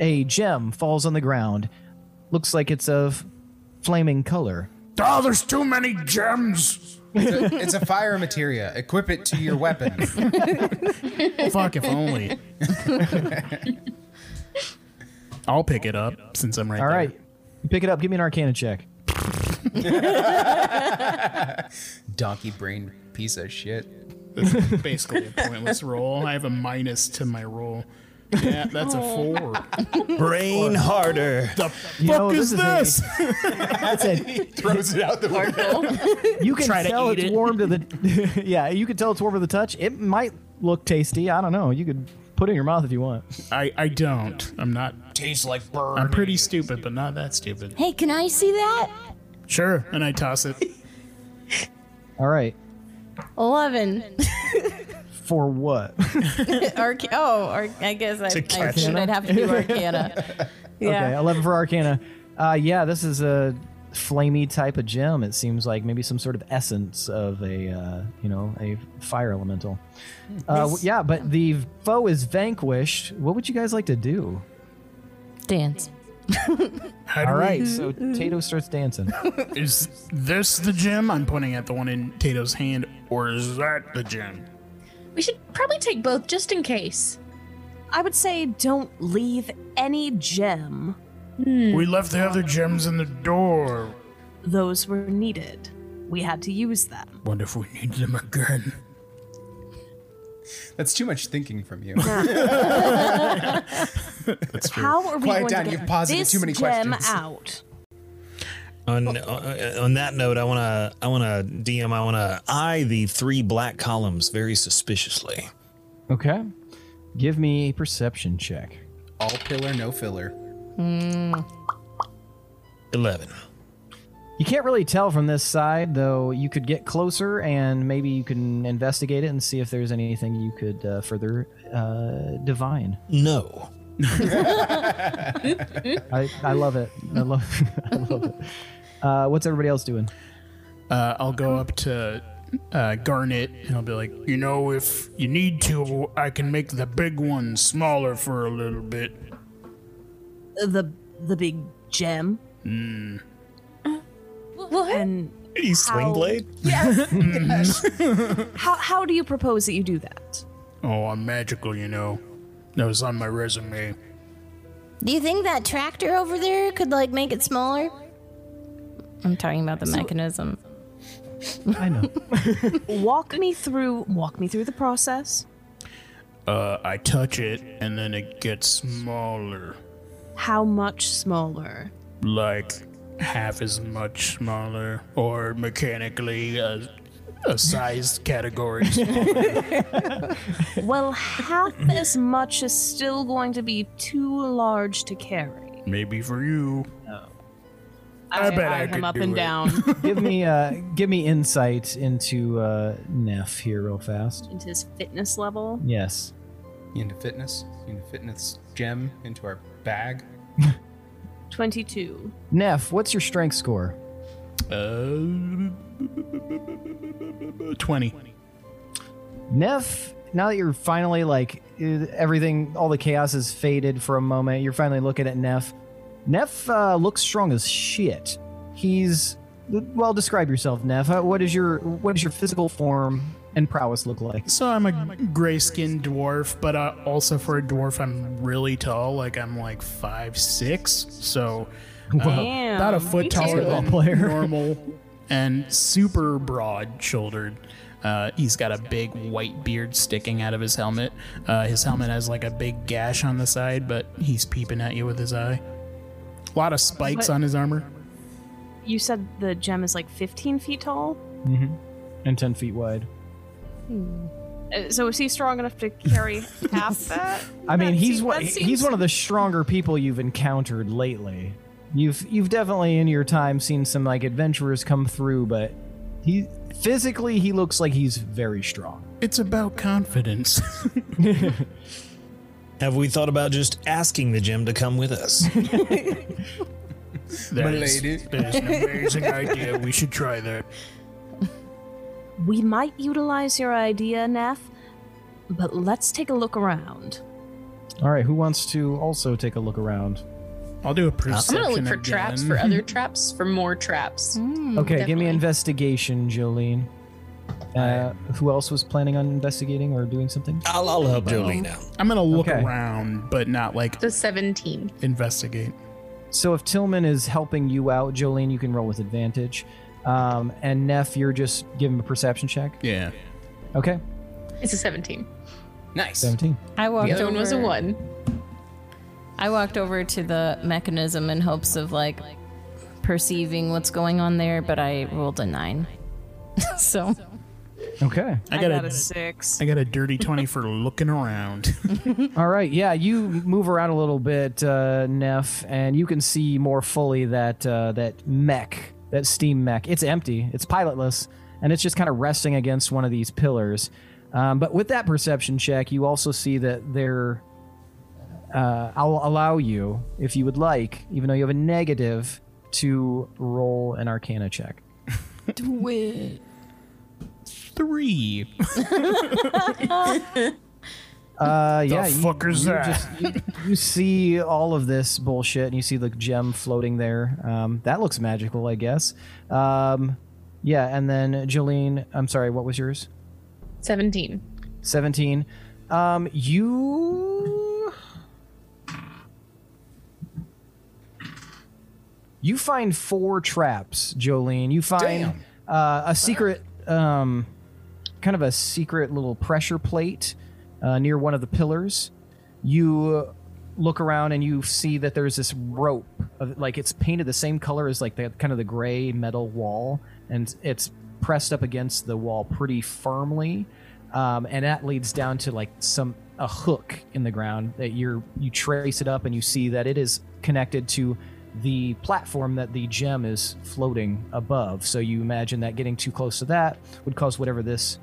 C: a gem falls on the ground. Looks like it's of flaming color.
F: Oh, there's too many gems.
G: It's a, it's a fire materia. Equip it to your weapon.
F: Fuck if only. I'll pick it up since I'm right
C: All
F: there.
C: right. You pick it up. Give me an arcana check.
G: Donkey brain piece of shit.
F: This is basically a pointless roll. I have a minus to my roll. Yeah, that's a four.
E: Brain harder.
F: The fuck
C: know,
F: is
C: this
F: this?
C: is That's it.
E: Throws it out the window.
C: You can
F: Try to
C: tell
F: eat
C: it's
F: it.
C: warm to the Yeah, you can tell it's warm to the touch. It might look tasty. I don't know. You could put it in your mouth if you want.
F: I, I don't. I'm not.
E: Tastes like burn.
F: I'm pretty stupid, but not that stupid.
I: Hey, can I see that?
F: Sure. And I toss it.
C: All right.
B: 11.
C: For what?
B: Arc- oh, ar- I guess I, I
E: catch.
B: should. I'd have to do Arcana.
C: Okay,
B: Yeah.
C: 11 for arcana. Uh, yeah, this is a flamey type of gem. It seems like maybe some sort of essence of a, uh, you know, a fire elemental. Uh, w- yeah, but the foe is vanquished. What would you guys like to do?
B: Dance.
F: How do
C: All
F: we-
C: right, so
F: Mm-hmm.
C: Tato starts dancing.
F: Is this the gem? I'm pointing at the one in Tato's hand, or is that the gem?
H: We should probably take both just in case.
D: I would say don't leave any gem.
F: We left the other gems in the door.
D: Those were needed. We had to use them.
F: Wonder if we need them again.
G: That's too much thinking from you.
D: How are we
G: Quiet
D: going
G: down,
D: to
G: you've
D: get
G: posited
D: this
G: too many
D: gem
G: questions.
D: out?
E: On uh, on that note, I wanna I wanna DM I wanna eye the three black columns very suspiciously.
C: Okay. Give me a perception check.
G: All pillar, no filler.
E: Eleven.
C: You can't really tell from this side, though. You could get closer and maybe you can investigate it and see if there's anything you could uh, further uh, divine.
E: No.
C: I, I love it. I love, I love it. Uh, what's everybody else doing?
F: Uh, I'll go up to uh, Garnet and I'll be like, you know, if you need to, I can make the big one smaller for a little bit.
D: The the big gem
H: What?
D: and
E: He sling blade?
D: how how do you propose that you do that?
F: Oh, I'm magical, you know. That was on my resume.
I: Do you think that tractor over there could like make it smaller?
B: I'm talking about the mechanism.
C: I know.
D: Walk me through walk me through the process.
F: Uh, I touch it and then it gets smaller,
D: How much smaller?
F: like half as much smaller, or mechanically a, a size category.
D: Well, half as much is still going to be too large to carry.
F: Maybe for you.
D: Oh. I,
F: bet I
D: eye him
F: could
D: up
F: do
D: and
F: it.
D: down
C: give me uh, give me insight into uh, Neff here real fast.
D: into his fitness level.
C: Yes.
G: You into fitness? You into fitness gem into our bag?
D: Twenty-two.
C: Neff, what's your strength score?
F: Uh, 20.
C: Neff, now that you're finally like eh, everything, all the chaos has faded for a moment, you're finally looking at Neff. Neff uh, looks strong as shit. Uh, He's well. Describe yourself, Neff. How- What is your what is your physical form and prowess look like?
F: So I'm a gray skinned dwarf, but uh, also for a dwarf, I'm really tall. Like I'm like five six, so uh,
D: Damn,
F: about a foot
D: you
F: taller
D: too.
F: than
C: player.
F: normal, and super broad shouldered. Uh, he's got a big white beard sticking out of his helmet. Uh, his helmet has like a big gash on the side, but he's peeping at you with his eye. A lot of spikes
D: What?
F: on his armor.
D: You said the gem is like 15 feet tall?
C: And ten feet wide.
D: Uh, So is he strong enough to carry half that?
C: I mean,
D: That
C: he's
D: seem-
C: one,
D: that
C: he's
D: seems-
C: one of the stronger people you've encountered lately. You've you've definitely in your time seen some like adventurers come through, but he physically he looks like he's very strong.
F: It's about confidence.
E: Have we thought about just asking the gem to come with us?
F: That is-
G: lady.
F: that is an amazing idea. We should try that.
D: We might utilize your idea, Neff, but let's take a look around.
C: All right, who wants to also take a look around?
F: I'll do a
H: I'm
F: perception.
H: gonna look for
F: again.
H: traps for other traps for more traps.
C: okay, give me
H: definitely.
C: investigation, Jolene. Uh, who else was planning on investigating or doing something?
E: I'll, I'll help Jolene out.
F: I'm gonna look
C: Okay.
F: around, but not like
H: The 17.
F: investigate.
C: So if Tillman is helping you out, Jolene, you can roll with advantage. Um, and Neff, you're just giving a perception check.
F: Yeah.
C: Okay,
H: It's a 17.
G: Nice.
C: seventeen.
B: I walked
H: The other one was a
B: over-
H: one.
B: I walked over to the mechanism in hopes of like perceiving what's going on there, but I rolled a nine. so
C: Okay.
F: I got, a,
D: six.
F: I got a dirty twenty for looking around.
C: All right, yeah, you move around a little bit, uh, Neff, and you can see more fully that uh, that mech, that steam mech. It's empty, it's pilotless, and it's just kind of resting against one of these pillars. Um, but with that perception check, you also see that there. Uh, I'll allow you, if you would like, even though you have a negative, to roll an Arcana check.
F: Three.
C: Uh, yeah,
F: the
C: you-
F: fucker's that?
C: you see all of this bullshit and you see the gem floating there. Um, that looks magical, I guess. Um, yeah, and then Jolene, I'm sorry, what was yours?
H: 17.
C: 17. Um, you. You find four traps, Jolene. You find uh, a secret, um, kind of a secret little pressure plate uh, near one of the pillars. You look around and you see that there's this rope, of, like it's painted the same color as like the kind of the gray metal wall, and it's pressed up against the wall pretty firmly um, and that leads down to like some a hook in the ground that you're you trace it up and you see that it is connected to the platform that the gem is floating above so you imagine that getting too close to that would cause whatever this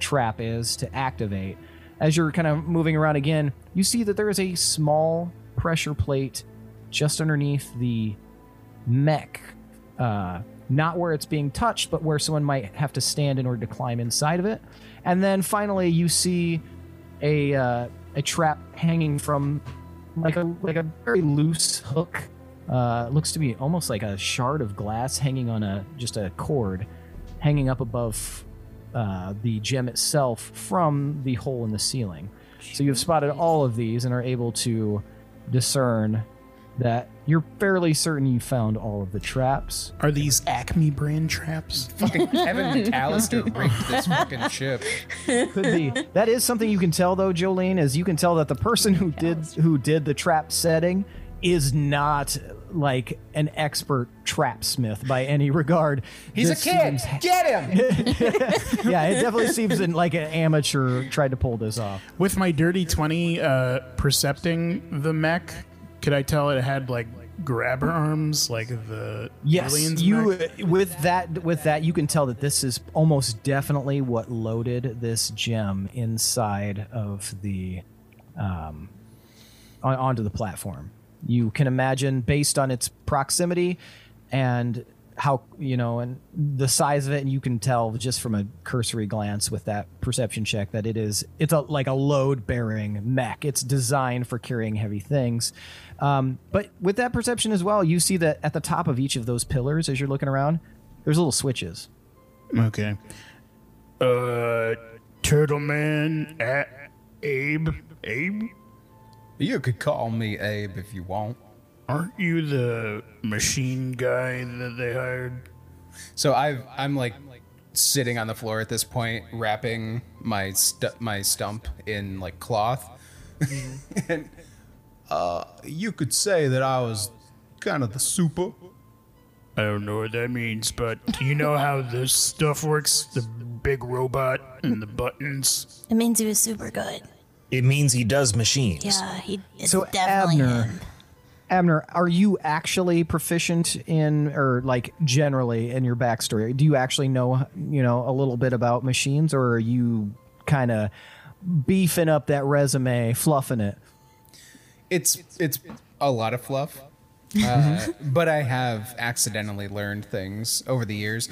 C: trap is to activate as you're kind of moving around again you see that there is a small pressure plate just underneath the mech uh, not where it's being touched, but where someone might have to stand in order to climb inside of it. And then finally, you see a uh, a trap hanging from like a like a very loose hook. Uh, looks to be almost like a shard of glass hanging on a just a cord, hanging up above uh, the gem itself from the hole in the ceiling. So you've spotted all of these and are able to discern that you're fairly certain you found all of the traps.
F: Are these Acme brand traps?
G: Fucking Kevin McAllister rigged this fucking ship.
C: could be. That is something you can tell though, Jolene, is you can tell that the person who did who did the trap setting is not like an expert trap smith by any regard.
G: He's
C: This
G: a kid.
C: seems-
G: Get him.
C: yeah, it definitely seems in, like an amateur tried to pull this off.
F: With my dirty twenty, uh, percepting the mech, could I tell it had like grabber arms, like the
C: Yes,
F: aliens
C: you
F: mech?
C: with that with that you can tell that this is almost definitely what loaded this gem inside of the um, on, onto the platform. You can imagine based on its proximity and how you know and the size of it, and you can tell just from a cursory glance with that perception check that it is it's a, like a load bearing mech. It's designed for carrying heavy things. Um, but with that perception as well, you see that at the top of each of those pillars, as you're looking around, there's little switches.
F: Okay. Uh, Turtle Man at Abe. Abe,
G: You could call me Abe if you want.
F: aren't you the machine guy that they hired?
G: So I've I'm like sitting on the floor at this point, wrapping my stu- my stump in like cloth. and uh, you could say that I was kind of the super.
F: I don't know what that means, but you know how this stuff works? The big robot and the buttons.
I: It means he was super good.
E: It means he does machines.
I: Yeah, he it's
C: So
I: definitely
C: Abner,
I: him.
C: Abner, are you actually proficient in, or like generally in your backstory? Do you actually know, you know, a little bit about machines, or are you kind of beefing up that resume, fluffing it?
G: It's it's a lot of fluff. Uh, but I have accidentally learned things over the years,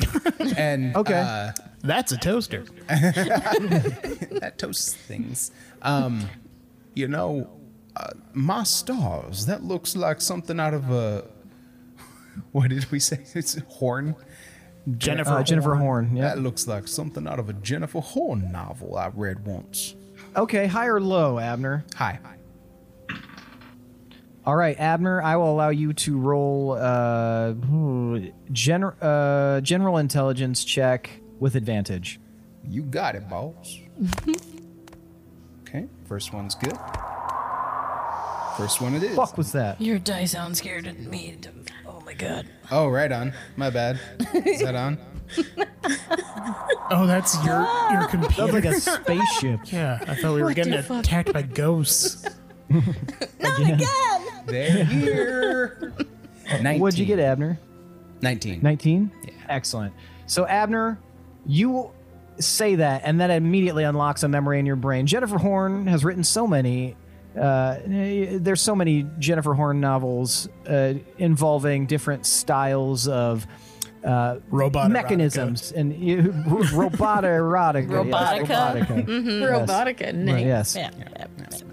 G: and
C: Okay.
G: uh,
F: That's a toaster.
G: that toasts things. Um, you know, uh, my stars, that looks like something out of a. What did we say? It's a horn?
F: Jennifer.
C: Uh, Jennifer Horn. Yeah.
G: That looks like something out of a Jennifer Horn novel I read once.
C: Okay, high or low, Abner?
G: Hi.
C: All right, Abner, I will allow you to roll uh, ooh, gener- uh, general intelligence check with advantage.
G: You got it, boss.
C: Mm-hmm.
G: okay, first one's good. First one it is.
C: Fuck was that?
B: Your die sounds scared at me. Oh my god.
G: Oh, right on. My bad. Is that on?
F: Oh, that's your your
C: Sounds
F: computer.
C: like a spaceship.
F: yeah, I thought we were getting attacked by ghosts.
G: They're here. 19.
C: What'd you get, Abner?
G: 19.
C: 19? Excellent. So, Abner, you say that, and that immediately unlocks a memory in your brain. Jennifer Horn has written so many. Uh, there's so many Jennifer Horn novels uh, involving different styles of uh,
F: Robot
C: mechanisms and you, robot erotica.
B: Robotica.
C: robotica.
H: Robotica, nice.
C: yes.
B: Yeah.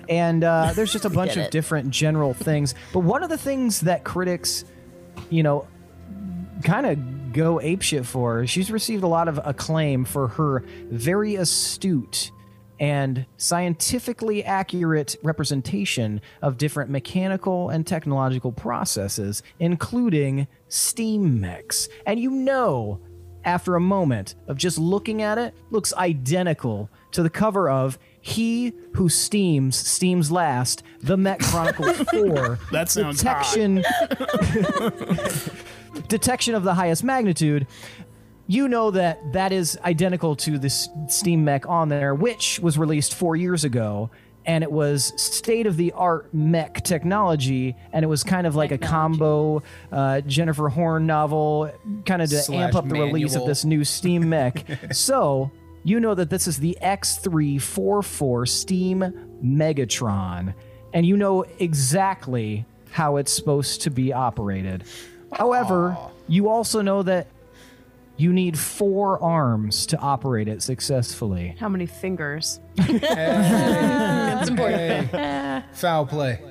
C: And uh, there's just a bunch
B: get
C: of
B: it.
C: different general things. But one of the things that critics, you know, kind of go apeshit for, is she's received a lot of acclaim for her very astute and scientifically accurate representation of different mechanical and technological processes, including steam mechs. And you know, after a moment of just looking at it, looks identical to the cover of He Who Steams Steams Last, The Met Chronicles 4.
F: That sounds hot.
C: detection, detection of the highest magnitude. You know that that is identical to this Steam mech on there, which was released four years ago, and it was state of the art mech technology, and it was kind of like a combo uh, Jennifer Horn novel, kind of to
G: Slash
C: amp up the release of
G: manual.
C: this new Steam mech. so you know that this is the X344 Steam Megatron, and you know exactly how it's supposed to be operated. However, you also know that you need four arms to operate it successfully.
D: How many fingers?
H: That's important.
G: Hey. Foul play.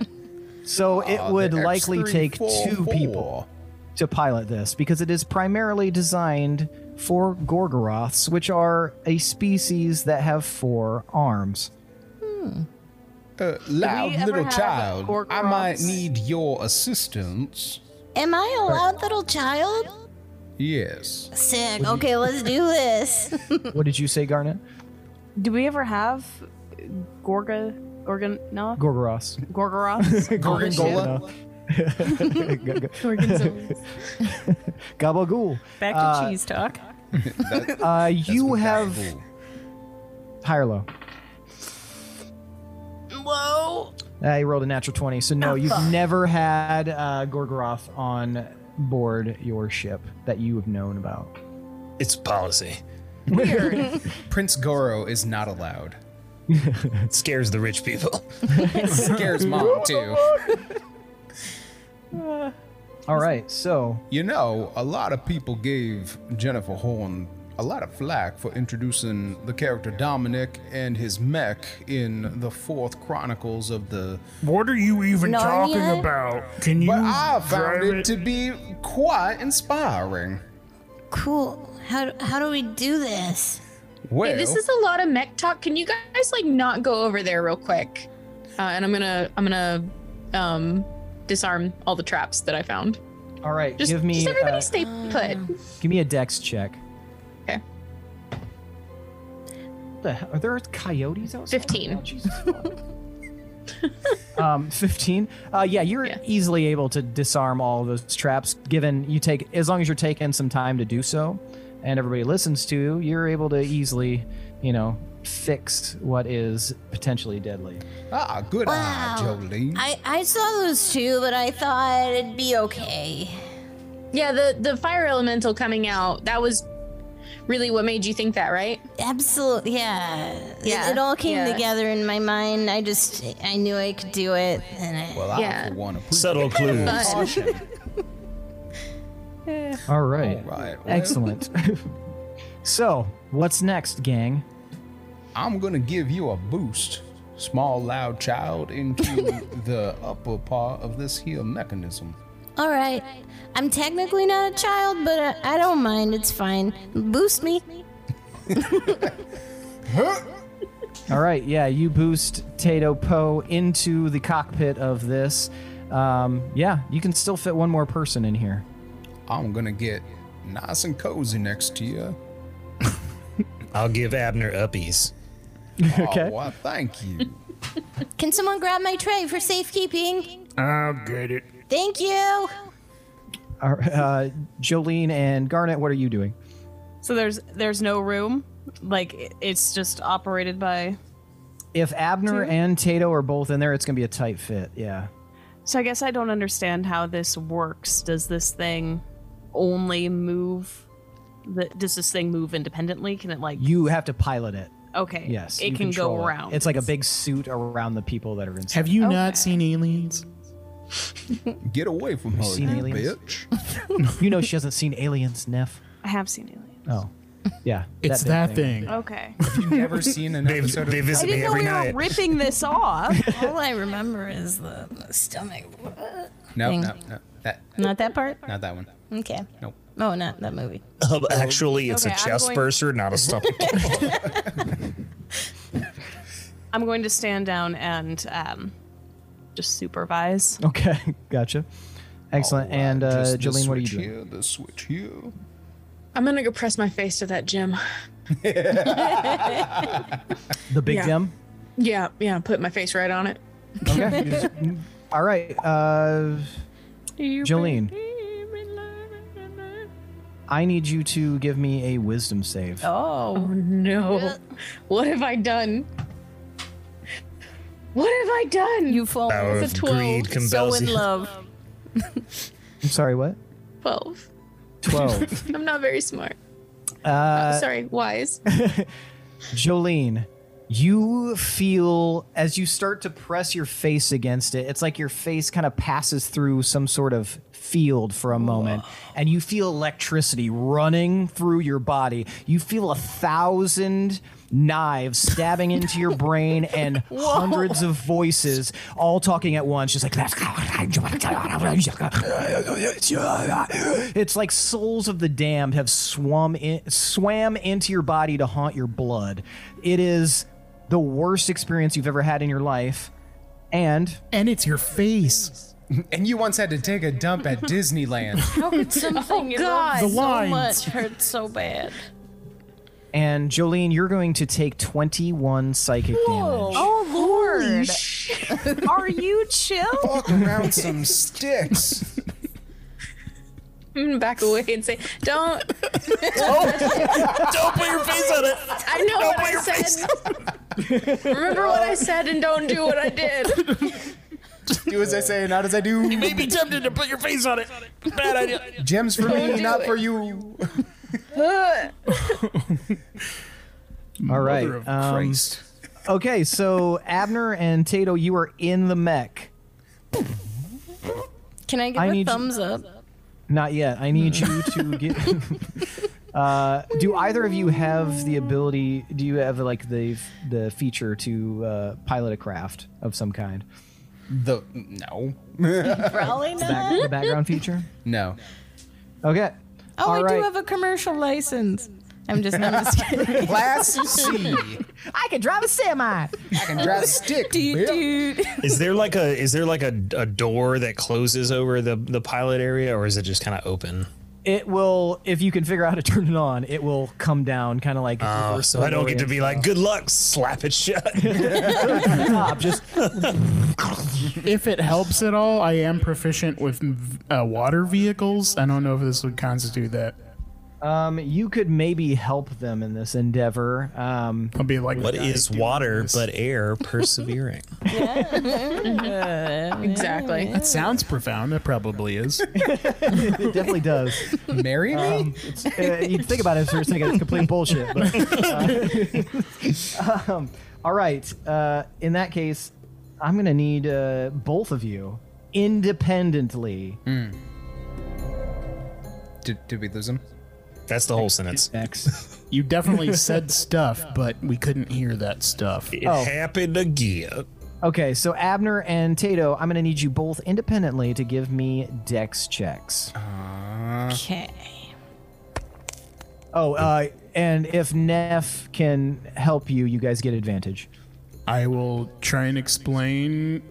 C: So it would
G: The
C: likely
G: X3,
C: take
G: four,
C: two
G: four.
C: people to pilot this because it is primarily designed for Gorgoroths, which are a species that have four arms.
G: Uh, loud
D: we ever
G: little
D: have
G: child,
D: Gorgoroths?
G: I might need your assistance.
I: Am I a loud little child?
G: Yes.
I: Sick. Okay, let's do this.
D: Hmm.
C: what did you say, Garnet?
D: Do we ever have Gorga, Gorgon, no,
C: Gorgoroths.
D: Gorgoroths?
G: Gorgonzola?
C: Gabagool.
B: Back to cheese talk.
C: Uh, you
G: That's
C: have
G: valuable.
C: high or low. Low. Uh, you rolled a natural twenty, so
H: Ah,
C: no, you've never had uh, Gorgoroth on board your ship that you have known about.
E: It's policy.
G: Prince Goro is not allowed.
E: It scares the rich people.
G: Scares mom too.
C: All right, so
G: You know, a lot of people gave Jennifer Horn a lot of flack for introducing the character Dominic and his mech in the fourth Chronicles of the.
F: What are you even
I: Narnia?
F: talking about? Can you
G: But I found
F: drive
G: it to be quite inspiring.
I: Cool. How, how do we do this?
G: Well,
H: Hey, this is a lot of mech talk. Can you guys like not go over there real quick? Uh, and I'm gonna I'm gonna um disarm all the traps that I found.
C: All right,
H: Just,
C: give me
H: just everybody
C: uh,
H: stay put.
C: give me a dex check.
H: Okay.
C: What the hell? Are there coyotes outside?
H: 15.
C: Oh, Jesus fuck. um, 15. Uh, yeah, you're
H: Yeah.
C: easily able to disarm all of those traps, given you take, as long as you're taking some time to do so and everybody listens to you, you're able to easily, you know, fix what is potentially deadly.
G: ah, good eye,
I: Wow.
G: Jolene.
I: I, I saw those two, but I thought it'd be okay.
H: Yeah, the the fire elemental coming out. That was really what made you think that, right?
I: Absolutely, yeah.
H: Yeah,
I: It, it all came
H: yeah.
I: together in my mind. I just, I knew I could do it. And I,
G: well, I
H: yeah.
G: for one appreciate
E: Subtle clues.
G: caution.
C: All right.
G: right. well,
C: Excellent. so, what's next, gang?
G: I'm gonna give you a boost, small loud child, into the upper part of this here mechanism.
I: all right. I'm technically not a child, but I, I don't mind. It's fine. Boost me.
C: All right, yeah, you boost Tato Poe into the cockpit of this. Um, yeah, you can still fit one more person in here.
G: I'm gonna get nice and cozy next to you.
E: I'll give Abner uppies.
G: Oh, well, thank you.
I: Can someone grab my tray for safekeeping?
F: I'll get it.
I: Thank you.
C: All right, uh, Jolene and Garnet, what are you doing?
D: So there's there's no room. Like it- it's just operated by.
C: If Abner and Tato are both in there, it's gonna be a tight fit. Yeah.
D: So I guess I don't understand how this works. Does this thing only move? The, does this thing move independently? Can it like?
C: You have to pilot it.
D: Okay.
C: Yes.
D: It
C: you
D: can go
C: control
D: around.
C: It's like a big suit around the people that are inside.
F: Have you not seen aliens?
G: Get away from her,
C: seen
G: you
C: aliens?
G: bitch.
C: you know she hasn't seen aliens, Neff.
D: I have seen aliens.
C: Oh. Yeah.
F: It's
C: big
F: that thing.
D: Okay.
G: You've never seen an
E: They,
G: episode
E: they
G: of
E: visit
D: I
E: me
D: didn't know
E: every
D: we
E: night.
D: were ripping this off.
I: All I remember is the stomach.
G: no,
I: thing.
G: no, no, that,
I: Not that part?
G: not that one.
I: Okay.
G: Nope.
I: Oh, not that movie.
E: Um, actually, it's
D: Okay,
E: a
D: I'm
E: chest
D: going-
E: burster, not a stomach.
D: I'm going to stand down and um, just supervise.
C: Okay, gotcha. Excellent.
G: Alright,
C: and uh,
G: Oh, just the
C: Jolene, what are you
G: switch
C: doing?
G: Here, the switch here.
H: I'm gonna go press my face to that gym.
C: The big
H: Yeah.
C: gem.
H: Yeah, yeah, put my face right on it.
C: Okay. All right. Uh, Jolene. I need you to give me a wisdom save.
H: Oh no. What have I done? What have I done?
B: You fall.
E: Power
H: It's
E: of
H: a 12,
E: greed compels
B: so in
E: you.
B: love.
C: I'm sorry, what?
H: 12.
C: 12.
H: I'm not very smart. Oh,
C: Uh,
H: Sorry, wise.
C: Jolene, you feel as you start to press your face against it, it's like your face kind of passes through some sort of field for a moment, and you feel electricity running through your body. You feel a thousand knives stabbing into your brain and hundreds of voices all talking at once just like it's like souls of the damned have swum in, swam into your body to haunt your blood it is the worst experience you've ever had in your life and
F: And it's your face.
G: And you once had to take a dump at Disneyland.
B: How could something you love
H: God.
B: so
H: The
F: lines.
B: much hurt so bad?
C: and Jolene you're going to take 21 psychic damage
D: Oh Lord, are you chill?
G: Walk around some sticks.
H: I'm gonna back away and say, don't.
E: Oh. Don't put your face on it.
H: I know what I said. Remember what I said and don't do what I did.
G: Do as I say, not as I do.
E: May be tempted to put your face on it. Bad idea.
G: Gems for me,
H: do
G: not
H: it.
G: for you.
C: all right
F: Mother of
C: um,
F: Christ.
C: okay so Abner and Tato you are in the mech
B: Can I give
C: I
B: a
C: need-
B: thumbs up?
C: Not yet. I need you to get. uh, do either of you have the ability? Do you have like the the feature to uh, pilot a craft of some kind?
G: The no,
B: Probably not.
C: The, back, the background feature.
G: no.
C: Okay.
B: Oh,
C: All
B: I
C: right.
B: do have a commercial license. I'm just, I'm just kidding.
G: Class C.
C: I can drive a semi.
G: I can drive a stick.
B: Dude,
G: bitch.
B: dude.
E: Is there like a is there like a, a door that closes over the the pilot area, or is it just kind of open?
C: It will, if you can figure out how to turn it on, it will come down kind of like.
E: Oh,
C: reverse
E: so I don't get to
C: DeLorean.
E: be like, good luck, slap it shut.
C: Stop, Just
F: If it helps at all, I am proficient with mm, uh, water vehicles. I don't know if this would constitute that.
C: um, you could maybe help them in this endeavor. Um,
F: I'll be like,
E: what is water but air persevering?
H: Exactly.
F: That sounds profound. It probably is.
C: it definitely does.
G: Marry me?
B: Um,
C: Uh, you think about it for a second, it's complete bullshit. But, uh, um, all right. Uh, in that case, I'm going to need uh, both of you independently.
G: Did, did we lose him?
E: That's the whole sentence.
F: You definitely said stuff, but we couldn't hear that stuff.
E: It
C: Oh.
E: happened again.
C: Okay, so Abner and Tato, I'm going to need you both independently to give me dex checks.
B: Okay.
C: Oh, uh, and if Neff can help you, you guys get advantage.
F: I will try and explain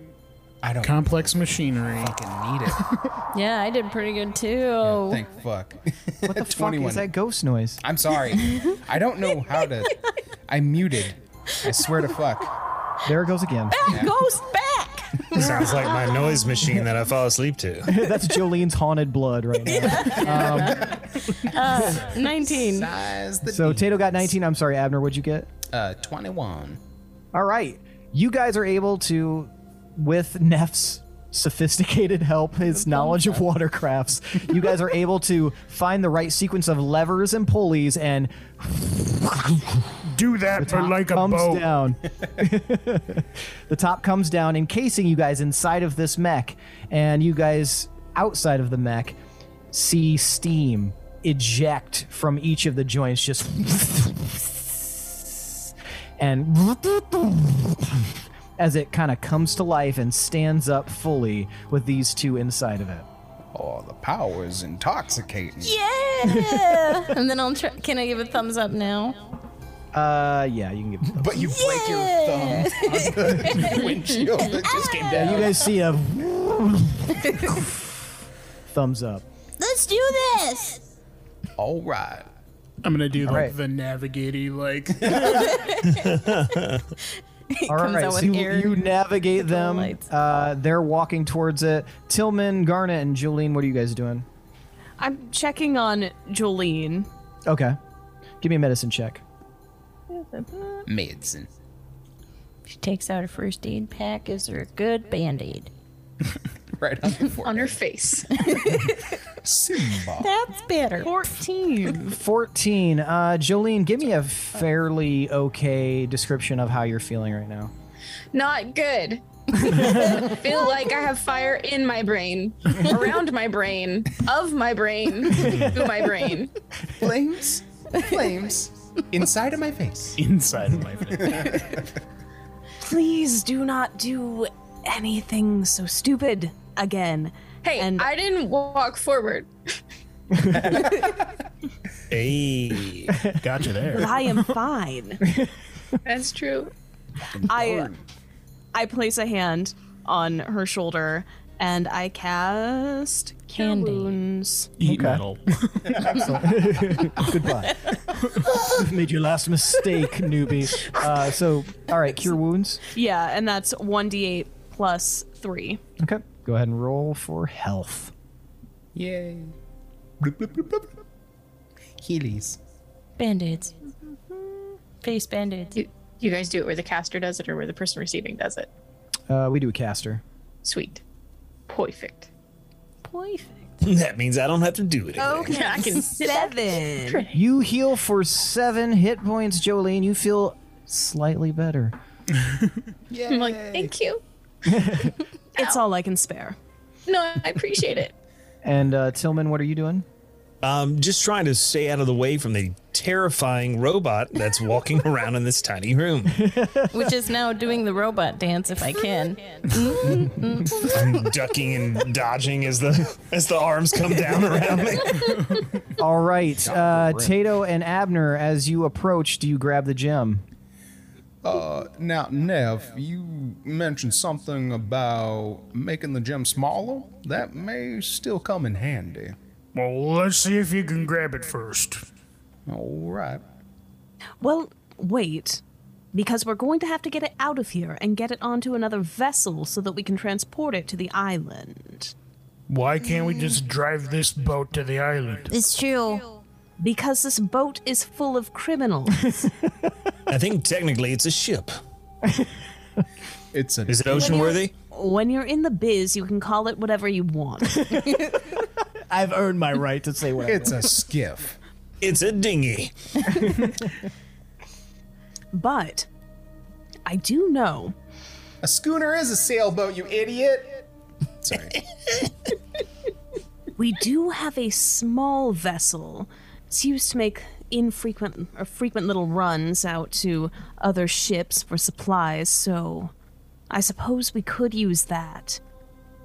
G: I don't
F: complex machinery.
G: fucking need it.
B: Yeah, I did pretty good too.
G: Thank fuck.
C: What the fuck is that ghost noise?
G: I'm sorry. I don't know how to. I muted. I swear to fuck.
C: There it goes again.
B: Ghost back!
E: Sounds like my noise machine that I fall asleep to.
C: That's Jolene's haunted blood right now.
B: 19.
G: Size the
C: So
G: D.
C: Tato got 19. I'm sorry, Abner, what'd you get?
G: uh, 21.
C: All right. You guys are able to, with Neff's sophisticated help, his knowledge of watercrafts, you guys are able to find the right sequence of levers and pulleys and
F: Do that for like a
C: comes
F: boat.
C: down. the top comes down, encasing you guys inside of this mech. And you guys outside of the mech see steam eject from each of the joints, just. and as it kind of comes to life and stands up fully with these two inside of it.
G: Oh, the power is intoxicating.
B: Yeah! and then I'll try. Can I give a thumbs up now?
C: Uh, yeah, you can give.
G: But you break your thumb on the windshield that just
B: Ah.
G: came down.
C: You guys see a thumbs up.
I: Let's do this.
G: All right.
F: I'm gonna do like
C: right.
F: the navigator, like
C: All right,
B: comes out with
C: so you,
B: air
C: you navigate them.
B: lights.
C: Uh, they're walking towards it. Tillman, Garnet, and Jolene, what are you guys doing?
D: I'm checking on Jolene.
C: Okay, give me a medicine check.
G: Medicine.
I: She takes out her first aid pack, gives her a good band aid.
G: Right on your forehead.
H: On her face.
G: Simba.
I: That's better.
D: 14.
C: Fourteen. Uh, Jolene, give me a fairly okay description of how you're feeling right now.
H: Not good. Feel like I have fire in my brain, around my brain, of my brain, through my brain.
G: Flames. Flames. Inside of my face.
F: inside of my face.
D: Please do not do anything so stupid again.
H: Hey,
D: And-
H: I didn't walk forward.
E: Hey.
F: Got you there.
D: I am fine.
H: That's true.
D: I I place a hand on her shoulder and I cast Cure
I: Candy.
D: Wounds.
F: Eat metal.
C: Goodbye. You've made your last mistake, newbie. Uh, so, all right, cure wounds.
D: Yeah, and that's 1d8 plus 3.
C: Okay, go ahead and roll for health.
G: Yay. Bloop, bloop, bloop, bloop, bloop. Heelys.
I: Band aids. Face band aids.
H: You, you guys do it where the caster does it or where the person receiving does it.
C: Uh, we do a caster.
H: Sweet. Perfect.
E: that means I don't have to do it. again.
H: Yeah, I can
D: Seven.
C: You heal for seven hit points, Jolene. You feel slightly better.
H: I'm like, thank you.
D: It's all I can spare.
H: No, I appreciate it.
C: And uh, Tillman, what are you doing?
E: Um, just trying to stay out of the way from the terrifying robot that's walking around in this tiny room.
B: which is now doing the robot dance if I can.
E: I'm ducking and dodging as the as the arms come down around me.
C: All right, uh, Tato and Abner, as you approach, do you grab the gem?
G: Now, Nev, you mentioned something about making the gem smaller. That may still come in handy.
F: Well, let's see if you can grab it first.
G: All right.
D: Well, wait. Because we're going to have to get it out of here and get it onto another vessel so that we can transport it to the island.
F: Why can't we just drive this boat to the island?
I: It's true.
D: Because this boat is full of criminals.
E: I think technically it's a ship.
G: It's an
E: Is it ocean worthy?
D: when you're in the biz, you can call it whatever you want.
C: I've earned my right to say what.
G: it's a skiff.
E: It's a dinghy.
D: But I do know
G: A schooner is a sailboat, you idiot. Sorry.
D: we do have a small vessel. It's used to make infrequent or frequent little runs out to other ships for supplies, so I suppose we could use that.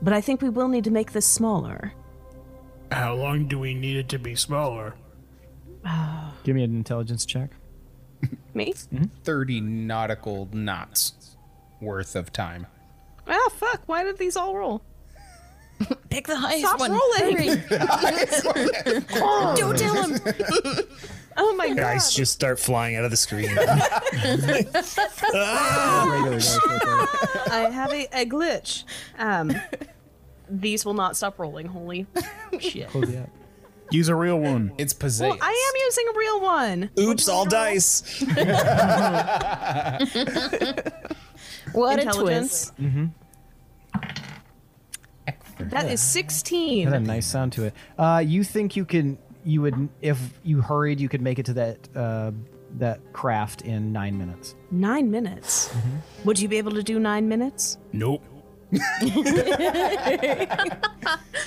D: But I think we will need to make this smaller.
F: How long do we need it to be smaller?
C: Give me an intelligence check.
D: Me?
G: 30 nautical knots worth of time.
D: Ah, fuck. Why did these all roll?
B: Pick the highest
D: Stop
B: one.
D: rolling.
B: Hurry. Don't tell him.
D: Oh my god.
E: Guys just start flying out of the screen.
C: Regular dice right there.
D: I have a, a glitch. Um, these will not stop rolling. Holy shit.
C: Close the app.
F: Use a real one.
G: It's possessed.
D: Well, I am using a real one.
E: Oops, all dice.
B: What a twist.
D: Intelligence. That
C: Had
D: is
C: a
D: 16.
C: nice sound to it. Uh, you think you can? You would, if you hurried, you could make it to that uh, that craft in nine minutes.
D: Nine minutes. Would you be able to do nine minutes?
F: Nope.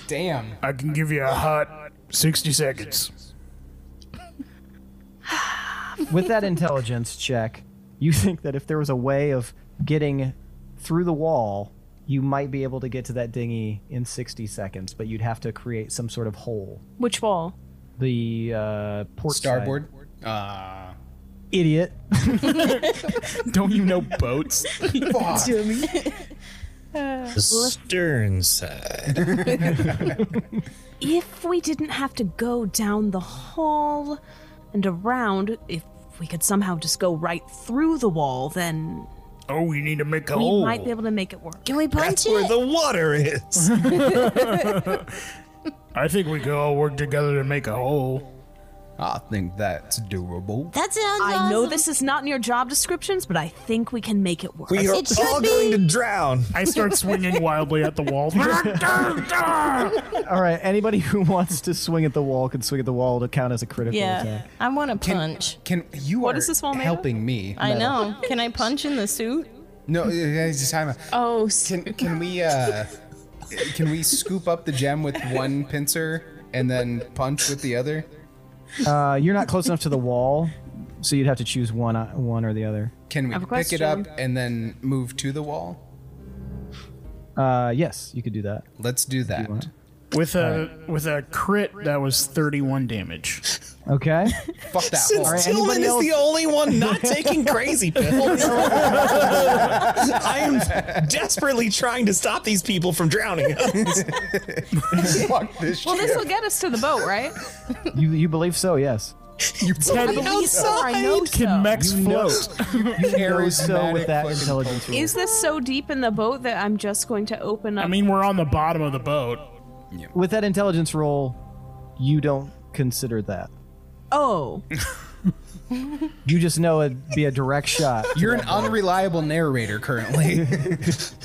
G: Damn.
F: I can give you a hot 60 seconds.
C: With that intelligence check, you think that if there was a way of getting through the wall, you might be able to get to that dinghy in sixty seconds, but you'd have to create some sort of hole.
D: Which wall?
C: The uh, port side.
G: Starboard. Ah.
C: idiot.
F: Don't you know boats?
G: fuck.
E: The stern side.
D: If we didn't have to go down the hall and around, if we could somehow just go right through the wall, then
F: Oh, we need to make a
D: we
F: hole.
D: might be able to make it work.
I: Can we punch
E: That's where
I: it?
E: the water is.
F: I think we could all work together to make a hole.
G: I think that's doable.
I: that sounds
D: I know
I: awesome.
D: this is not in your job descriptions, but I think we can make it work.
E: We are
I: It should
E: all going to drown.
F: I start swinging wildly at the wall.
C: All right, anybody who wants to swing at the wall can swing at the wall to count as a critical
B: Yeah.
C: attack.
B: I want to punch.
G: Can you
D: What
G: are
D: is this wall made of?
G: helping me?
B: I know. Can I punch in the suit?
G: No, guys, just time. out.
H: Oh, s-
G: Can can we uh can we scoop up the gem with one pincer and then punch with the other?
C: Uh, you're not close enough to the wall, so you'd have to choose one, uh, one or the other.
G: Can we
D: have a
G: pick it up
D: question.
G: and then move to the wall?
C: Uh, yes, you could do that.
G: Let's do that.
F: with a with a crit that was 31 damage.
C: Okay.
G: Fuck that
E: Since
G: hole.
E: Tillman
C: anybody
E: is
C: else?
E: the only one not taking crazy pills, I am desperately trying to stop these people from drowning.
G: Fuck this shit.
D: Well, this will get us to the boat, right?
C: you you believe so? Yes.
D: I know so.
F: Max float.
C: Believe so
G: Charismatic
C: with that
G: fucking
C: intelligence roll.
D: Is this so deep in the boat that I'm just going to open up?
F: I mean, we're on the bottom of the boat.
C: with that intelligence roll, you don't consider that.
D: oh,
C: You just know it'd be a direct shot.
G: You're an unreliable narrator currently.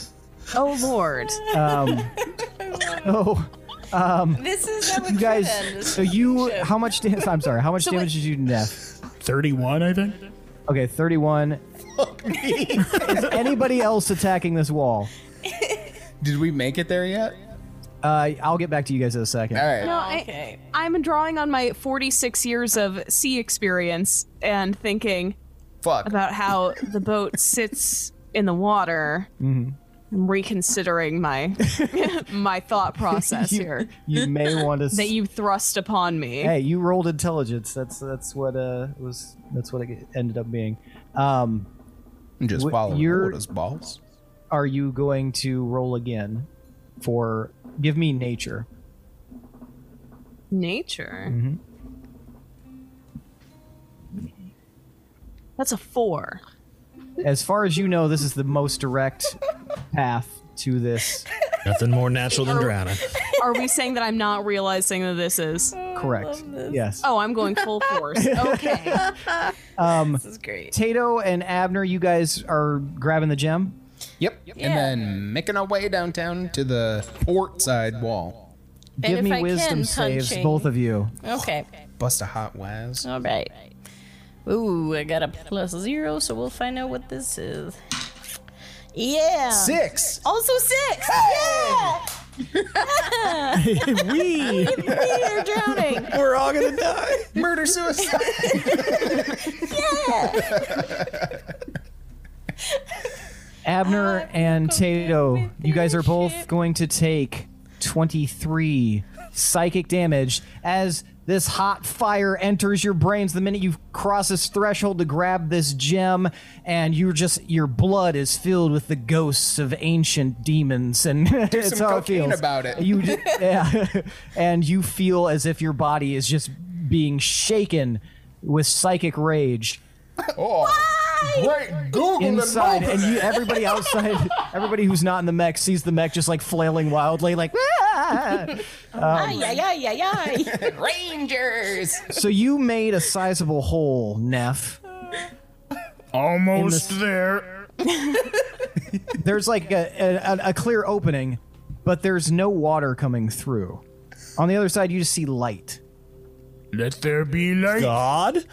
D: oh Lord!
C: Oh,
B: This is how
C: you guys. So you, how much damage? I'm sorry. How much damage did you do, Neff?
F: 31, I think.
C: Okay, 31. Is anybody else attacking this wall?
G: Did we make it there yet?
C: Uh, I'll get back to you guys in a second.
G: All right.
D: No, I, I'm drawing on my 46 years of sea experience and thinking
G: Fuck.
D: about how the boat sits in the water. I'm reconsidering my my thought process here
C: You may want to.
D: that you thrust upon me.
C: hey, you rolled intelligence. That's that's what uh was that's what it ended up being. Um,
G: I'm just
C: Wh-
G: following
C: you're-
G: Rhoda's balls.
C: are you going to roll again for? Give me nature.
D: Nature. That's a four.
C: As far as you know, this is the most direct path to this.
E: Nothing more natural than drowning.
D: Are we saying that I'm not realizing that this is?
C: Correct. Yes.
D: Oh, I'm going full force. Okay.
B: This is great.
C: Tato and Abner, you guys are grabbing the gem.
G: Yep. And then making our way downtown to the port side wall.
C: Give
B: if
C: me
B: I
C: wisdom
B: can,
C: saves,
B: punching.
C: both of you.
B: Okay.
G: Bust a hot waz.
D: Uh,
B: All right. Ooh, I got a plus zero, so we'll find out what this is. Yeah.
G: Six.
B: Also six. Yeah.
C: we.
B: You're drowning.
E: We're all gonna die.
G: Murder suicide.
C: Abner and Tato, you guys are both going to take 23 psychic damage as this hot fire enters your brains the minute you cross this threshold to grab this gem and you're just your blood is filled with the ghosts of ancient demons and it's
G: some
C: how it
G: cocaine
C: feels
G: about it.
C: you ju- yeah. and you feel as if your body is just being shaken with psychic rage
G: Oh, great Google
C: inside,
G: and
C: and you, everybody outside, everybody who's not in the mech sees the mech just like flailing wildly, like. "Ah!"
B: Yeah, yeah, yeah, yeah.
G: Mobile. Rangers.
C: so you made a sizable hole, Neff.
F: Almost there.
C: There's like a, a, a clear opening, but there's no water coming through. On the other side, you just see light.
F: Let there be light.
E: God.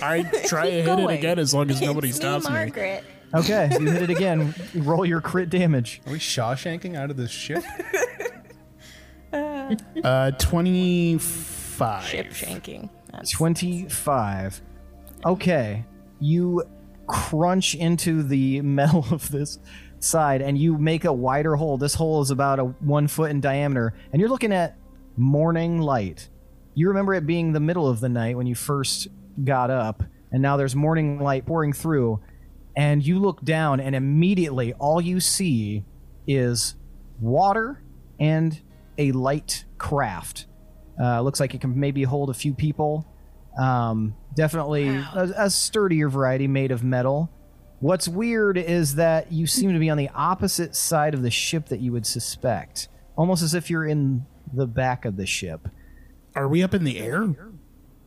F: I try to hit it again as long as nobody stops me.
I: Margaret.
C: Okay, you hit it again. Roll your crit damage.
G: Are we Shawshanking out of this ship?
F: Uh, 25.
B: Ship shanking. That's
C: 25. Okay. You crunch into the metal of this side and you make a wider hole. This hole is about a one foot in diameter, and you're looking at morning light. You remember it being the middle of the night when you first got up, and now there's morning light pouring through, and you look down, and immediately all you see is water and a light craft. Uh, looks like it can maybe hold a few people. Um, definitely a, a sturdier variety made of metal. What's weird is that you seem to be on the opposite side of the ship that you would suspect, almost as if you're in the back of the ship.
F: Are we up in the air?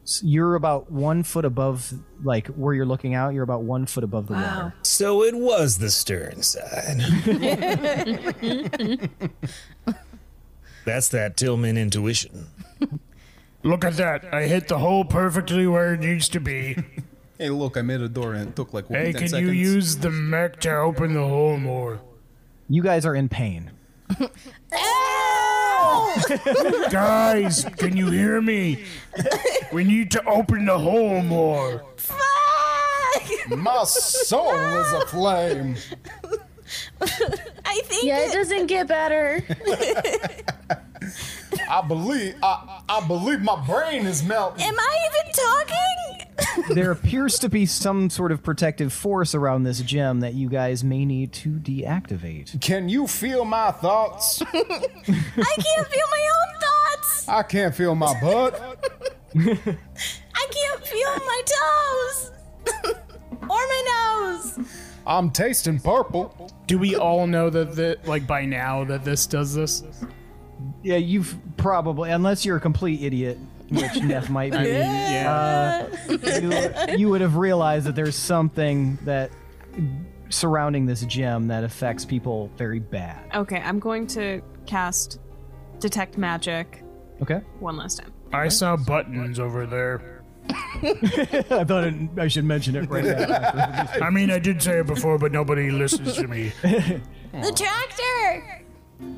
C: S- You're about one foot above, like where you're looking out. You're about one foot above the water.
E: So it was the stern side. That's that Tillman intuition.
F: Look at that. I hit the hole perfectly where it needs to be.
G: hey, look, I made a door and it took like what,
F: Hey,
G: 10
F: can
G: seconds.
F: you use the mech to open the hole more?
C: You guys are in pain.
F: Guys, can you hear me? We need to open the hole more.
G: My soul is aflame.
I: I think
H: Yeah, it doesn't get better.
G: I believe, I, I believe my brain is melting.
I: Am I even talking?
C: there appears to be some sort of protective force around this gem that you guys may need to deactivate.
G: Can you feel my thoughts?
I: I can't feel my own thoughts.
G: I can't feel my butt.
I: I can't feel my toes or my nose.
G: I'm tasting purple.
F: Do we all know that, that like by now that this does this?
C: Yeah, you've probably, unless you're a complete idiot, which Neff might be.
F: Yeah.
C: you, you would have realized that there's something that surrounding this gem that affects people very bad.
D: Okay, I'm going to cast detect magic
C: Okay.
D: one last time.
F: I saw buttons over there.
C: I thought it, I should mention it right now.
F: I mean, I did say it before, but nobody listens to me.
I: The tractor.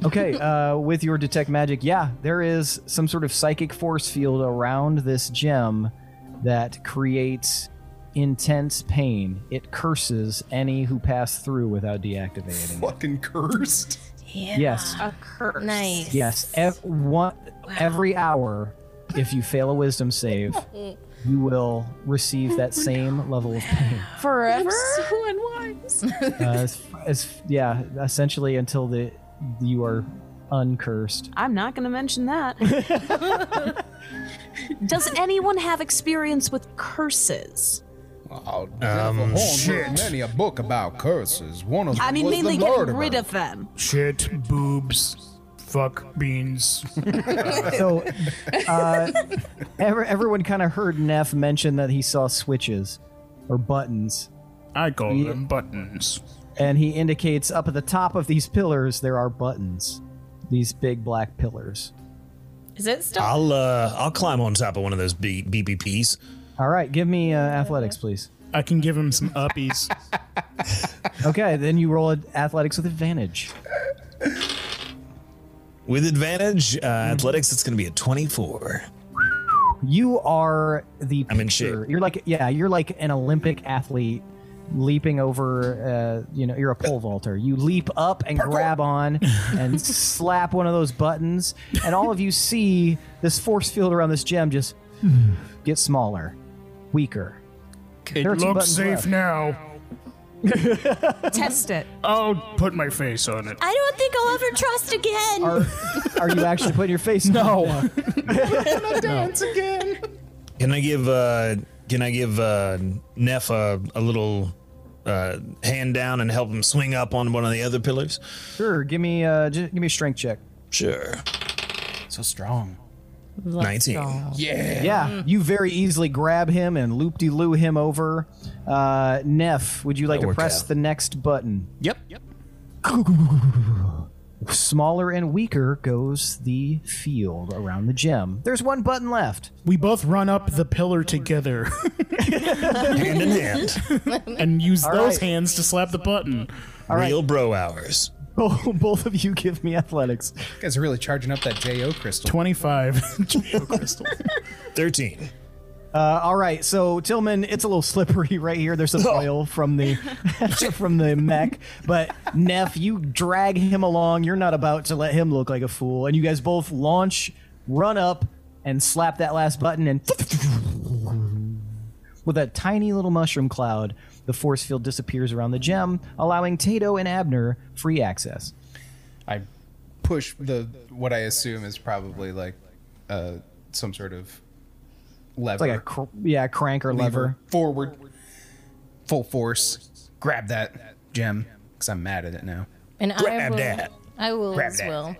C: Okay, uh, with your detect magic, yeah, there is some sort of psychic force field around this gem that creates intense pain. It curses any who pass through without deactivating. it.
G: Fucking cursed.
C: Yes,
D: A curse.
I: Nice.
C: yes. Ev- one, every hour, if you fail a wisdom save, you will receive that same level of pain.
B: Forever?
H: So unwise.
C: Uh, as, as, yeah, essentially until the you are uncursed.
D: I'm not going to mention that. Does anyone have experience with curses?
G: Oh, um,
F: shit.
G: Many a book about curses. One of them
D: I mean,
G: was
D: mainly
G: the
D: getting
G: murderer.
D: rid of them.
F: Shit, boobs, fuck beans.
C: so uh, ever, everyone kind of heard Neff mention that he saw switches or buttons,
F: I call them buttons.
C: and he indicates up at the top of these pillars there are buttons, these big black pillars.
B: Is it still?
E: I'll uh, I'll climb on top of one of those B- BBPs.
C: All right, give me uh, athletics, please.
F: I can give him some uppies.
C: Okay, then you roll athletics with advantage.
E: With advantage, uh, athletics, it's going to be a 24.
C: You are the
E: I'm in shape.
C: picture- You're like yeah, you're like an Olympic athlete leaping over uh, you know, you're a pole vaulter. You leap up and grab on and slap one of those buttons and all of you see this force field around this gem just get smaller, weaker.
F: it
C: are two buttons
F: looks
C: left.
F: safe now.
D: Test it.
F: I'll put my face on it.
I: I don't think I'll ever trust again.
C: Are, are you actually putting your face No.
E: Can I give uh, Can I give uh, Neff a, a little uh, hand down and help him swing up on one of the other pillars?
C: Sure, give me uh ju- give me a strength check.
E: Sure.
G: So strong.
E: 19.
G: Yeah.
C: Yeah, you very easily grab him and loop de loo him over. Uh, Neff, would you like to
E: worked
C: press
E: out.
C: the next button?
A: Yep. Yep.
C: Smaller and weaker goes the field around the gem. There's one button left.
F: We both run up the pillar together
E: Hand in hand.
F: and use those
C: right.
F: hands to slap the button.
E: Real bro hours.
C: Oh, both of you give me athletics.
G: You guys are really charging up that JO crystal.
F: 25. Geo crystal.
E: 13.
C: Uh, all right, so Tillman, it's a little slippery right here. There's some oil from the from the mech, but Neff, you drag him along. You're not about to let him look like a fool, and you guys both launch, run up, and slap that last button, and with a tiny little mushroom cloud, the force field disappears around the gem, allowing Tato and Abner free access.
G: I push the what I assume is probably like uh, some sort of lever,
C: Like a cr- yeah crank or lever.
G: forward, full force. Grab that gem because I'm mad at it now.
I: and I
E: Grab
I: will.
E: that.
I: I will
G: Grab
I: as
G: that.
I: well.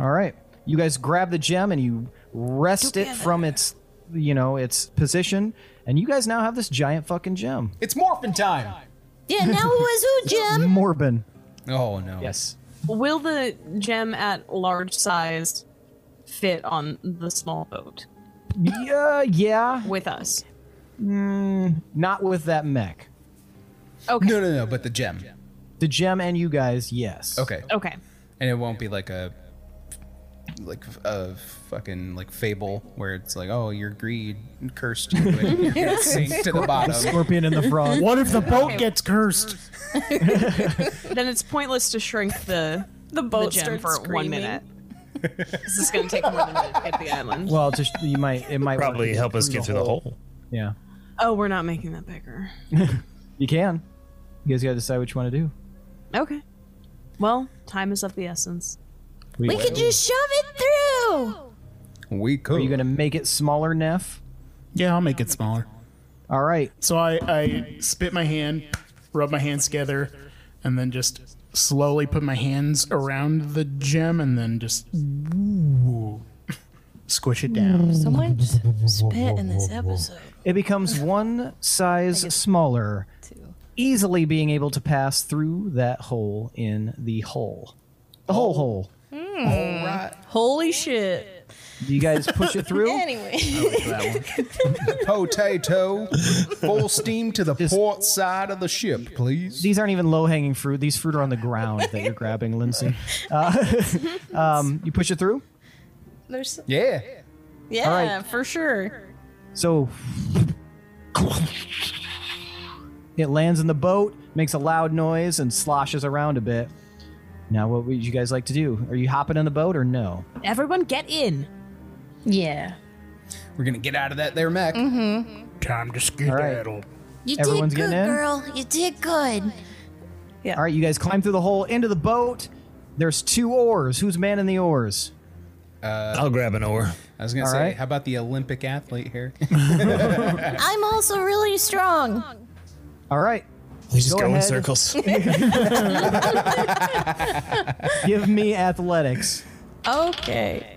C: All right. You guys grab the gem and you wrest it from its, you know, its position, and you guys now have this giant fucking gem,
G: It's morphin time.
I: Yeah, now who was who, Jim?
C: Morbin.
G: Oh no!
C: Yes.
D: Will the gem at large size fit on the small boat
C: Yeah, yeah.
D: with us?
C: Not with that mech.
D: Okay.
G: No, no, no. But the gem.
C: The gem and you guys, yes.
G: Okay.
D: Okay.
G: And it won't be like a like a fucking like fable where it's like, oh, your greed cursed you and you're gonna sink to the bottom.
C: Scorpion and the frog.
F: What if the boat gets cursed?
D: Then it's pointless to shrink the the boat gem
B: starts
D: for one
B: screaming.
D: minute. this is going to take more than a minute to get to the island.
C: Well, just you might it might
E: Probably
C: work.
E: help us get through the hole.
C: Yeah.
D: oh, we're not making that bigger.
C: You can. You guys gotta decide what you want to do.
D: Okay. Well, time is of the essence.
I: We could just shove it through.
G: We could.
C: Are you gonna make it smaller, Neff?
F: Yeah, I'll make it smaller.
C: All right.
F: So I, I spit my hand, rub my hands together, and then just slowly put my hands around the gem and then just ooh, squish it down.
B: So much spit in this episode.
C: It becomes one size smaller, easily being able to pass through that hole in the hole. The whole hole.
B: Holy shit.
C: Do you guys push it through?
B: Anyway,
G: Potato, full steam to the port side of the ship, please.
C: These aren't even low hanging fruit. These fruit are on the ground that you're grabbing, Lindsay. Uh, um, you push it through.
B: there's
G: Yeah.
B: yeah,
C: All right.
B: for sure.
C: So it lands in the boat, makes a loud noise, and sloshes around a bit. Now, what would you guys like to do? Are you hopping in the boat or no?
D: Everyone get in.
H: Yeah.
G: We're going to get out of that there mech.
C: Mm-hmm.
F: Time to
C: right.
F: skedaddle.
I: You
C: Everyone's
I: did good,
C: getting in?
I: girl. You did good.
C: All right, you guys climb through the hole into the boat. There's two oars. Who's manning the oars?
E: I'll grab an oar.
G: I was going to
C: All
G: say,
C: right.
G: how about the Olympic athlete here?
I: I'm also really strong.
C: All right,
E: We just
C: Go
E: go, in
C: ahead.
E: circles.
C: give me athletics.
B: Okay,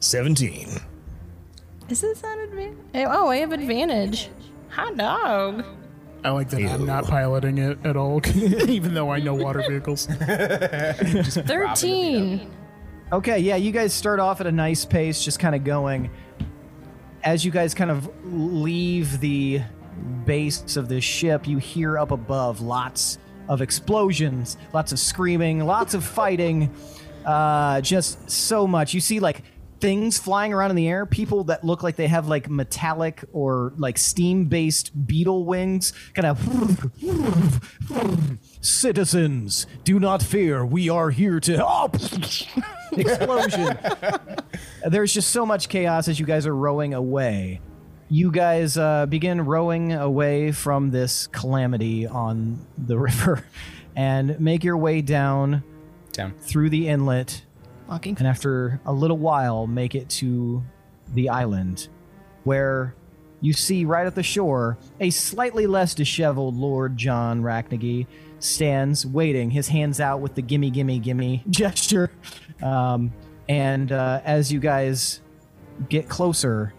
E: 17.
B: is this on advantage? Oh, I have advantage. Hot dog.
F: I like that I'm not piloting it at all, even though I know water vehicles.
B: Thirteen.
C: Okay, yeah, you guys start off at a nice pace, just kind of going. As you guys kind of leave the base of this ship, you hear up above lots of explosions, lots of screaming, lots of fighting, uh, just so much. You see, like, things flying around in the air, people that look like they have, like, metallic or, like, steam based beetle wings, kind of. Citizens, do not fear. We are here to. Oh! explosion. There's just so much chaos as you guys are rowing away. You guys uh, begin rowing away from this calamity on the river and make your way down
G: Down.
C: through the inlet. And after a little while, make it to the island where you see right at the shore a slightly less disheveled Lord John Racknagy stands waiting, his hands out with the gimme, gimme, gimme gesture. Um, and uh, as you guys get closer,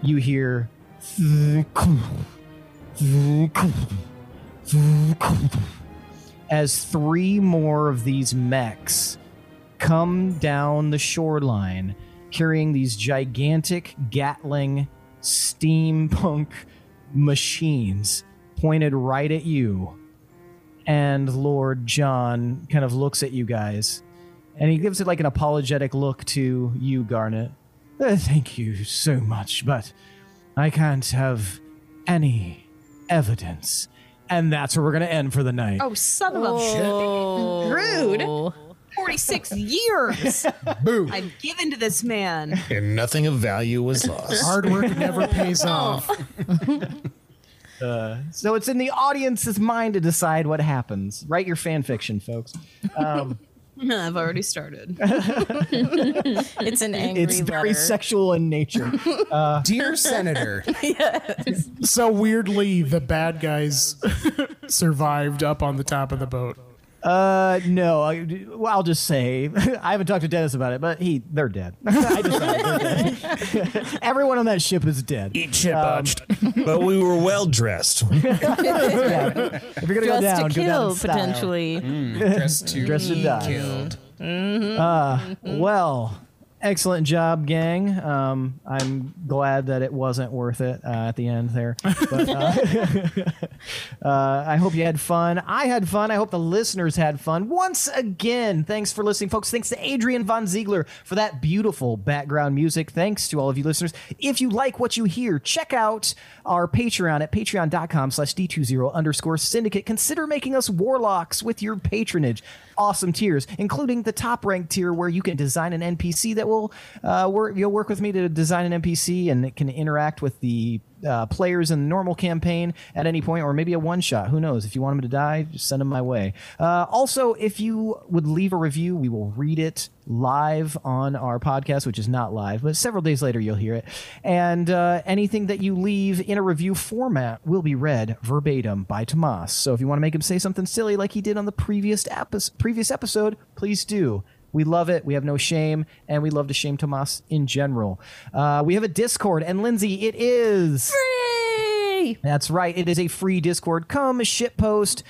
C: you hear. As three more of these mechs come down the shoreline carrying these gigantic Gatling steampunk machines pointed right at you. And Lord John kind of looks at you guys and he gives it like an apologetic look to you, Garnet. "Uh, thank you so much, but I can't have any evidence. And that's where we're going to end for the night.
D: Oh, son of a Oh.
H: Rude.
D: 46 years.
G: Boo.
D: I've given to this man.
E: And nothing of value was lost.
F: Hard work never pays off.
C: So it's in the audience's mind to decide what happens. Write your fan fiction, folks.
D: I've already started.
B: It's an angry
C: It's very
B: letter.
C: sexual in nature.
G: Dear Senator,
F: So weirdly, the bad guys survived up on the top of the boat.
C: Uh, no, I, well, I'll just say I haven't talked to Dennis about it, but he they're dead. I just thought they're dead. Everyone on that ship is dead.
F: Eat shit botched.
E: but we were well dressed.
C: If you're gonna go
B: Dressed to Mm.
C: down, go down
B: kill
C: in style.
B: potentially.
G: dress to
C: Dress to
G: be
C: die.
G: killed.
C: Well, excellent job, gang. Um, I'm glad that it wasn't worth it uh, at the end there. But, uh, uh, I hope you had fun. I had fun. I hope the listeners had fun. Once again, thanks for listening, folks. Thanks to Adrian Von Ziegler for that beautiful background music. Thanks to all of you listeners. If you like what you hear, check out our Patreon at patreon.com slash D20 underscore syndicate. Consider making us warlocks with your patronage. Awesome tiers, including the top ranked tier where you can design an NPC that will uh, work. You'll work with me to design an NPC and it can interact with the uh, players in the normal campaign at any point, or maybe a one shot. Who knows? If you want them to die, just send them my way. Uh, also, if you would leave a review, we will read it live on our podcast, which is not live, but several days later you'll hear it. And uh, anything that you leave in a review format will be read verbatim by Tomas. So if you want to make him say something silly like he did on the previous epi- previous episode, please do. We love it. We have no shame, and we love to shame Tomas in general. Uh, we have a Discord, and Lindsay, it is.
B: Free!
H: free.
C: That's right. It is a free Discord. Come shitpost,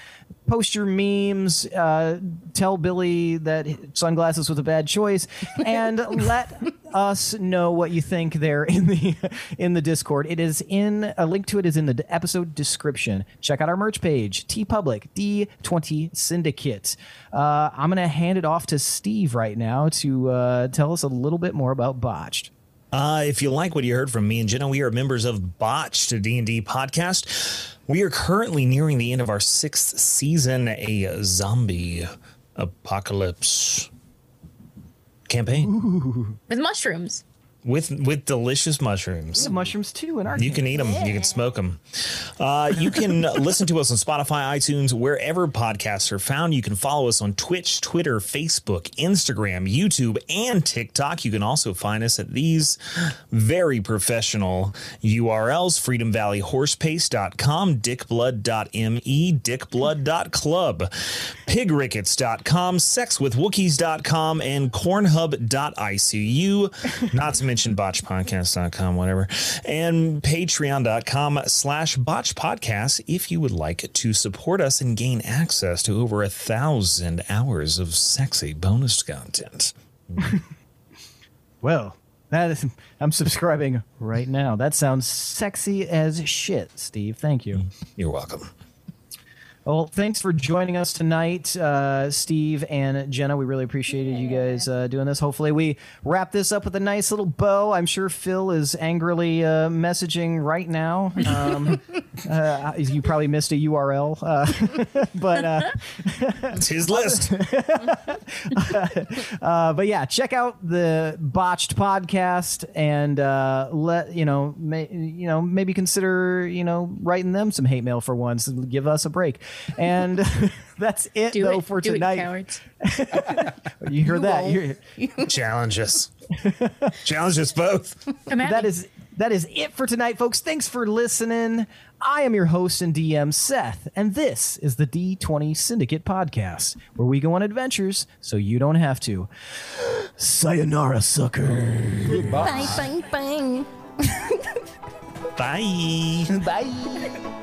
C: post your memes, uh, tell Billy that sunglasses was a bad choice, and let us know what you think there in the in the Discord. It is in a link to it is in the d- episode description. Check out our merch page, T Public D Twenty Syndicate. Uh, I'm gonna hand it off to Steve right now to uh, tell us a little bit more about Botched.
E: Uh, if you like what you heard from me and Jenna, we are members of Botched, a D&D podcast. We are currently nearing the end of our sixth season, a zombie apocalypse campaign
H: With mushrooms.
E: with with delicious mushrooms.
C: Mushrooms too in our
E: You can eat them. You can smoke them. Uh, you can listen to us on Spotify, iTunes, wherever podcasts are found. You can follow us on Twitch, Twitter, Facebook, Instagram, YouTube, and TikTok. You can also find us at these very professional URLs Freedom Valley Horsepace.com, dickblood.me, dickblood.club, pigrickets.com, sexwithwookies.com, and cornhub.icu, not to mention botchpodcast.com, whatever, and patreon.com slash botchpodcast if you would like to support us and gain access to over a thousand hours of sexy bonus content.
C: Well, that is, I'm subscribing right now. That sounds sexy as shit, Steve. Thank you.
E: You're welcome.
C: Well, thanks for joining us tonight, uh, Steve and Jenna. We really appreciated you guys uh, doing this. Hopefully, we wrap this up with a nice little bow. I'm sure Phil is angrily uh, messaging right now. Um, uh, you probably missed a URL, uh, but. Uh,
E: It's his list.
C: Uh, but yeah, check out the botched podcast and uh, let you know, may, you know, maybe consider you know writing them some hate mail for once. Give us a break, and that's it
H: Do
C: though
H: it
C: for
H: do It,
C: tonight.
H: cowards.
C: you hear that?
B: won't.
C: You-
E: Challenge us. Challenge us both.
H: Come at
C: that
H: me.
C: is that is it for tonight, folks. Thanks for listening. I am your host and DM Seth, and this is the D20 Syndicate podcast, where we go on adventures so you don't have to. Sayonara, sucker.
I: Bang, bang, bang.
E: Bye.
I: Bye.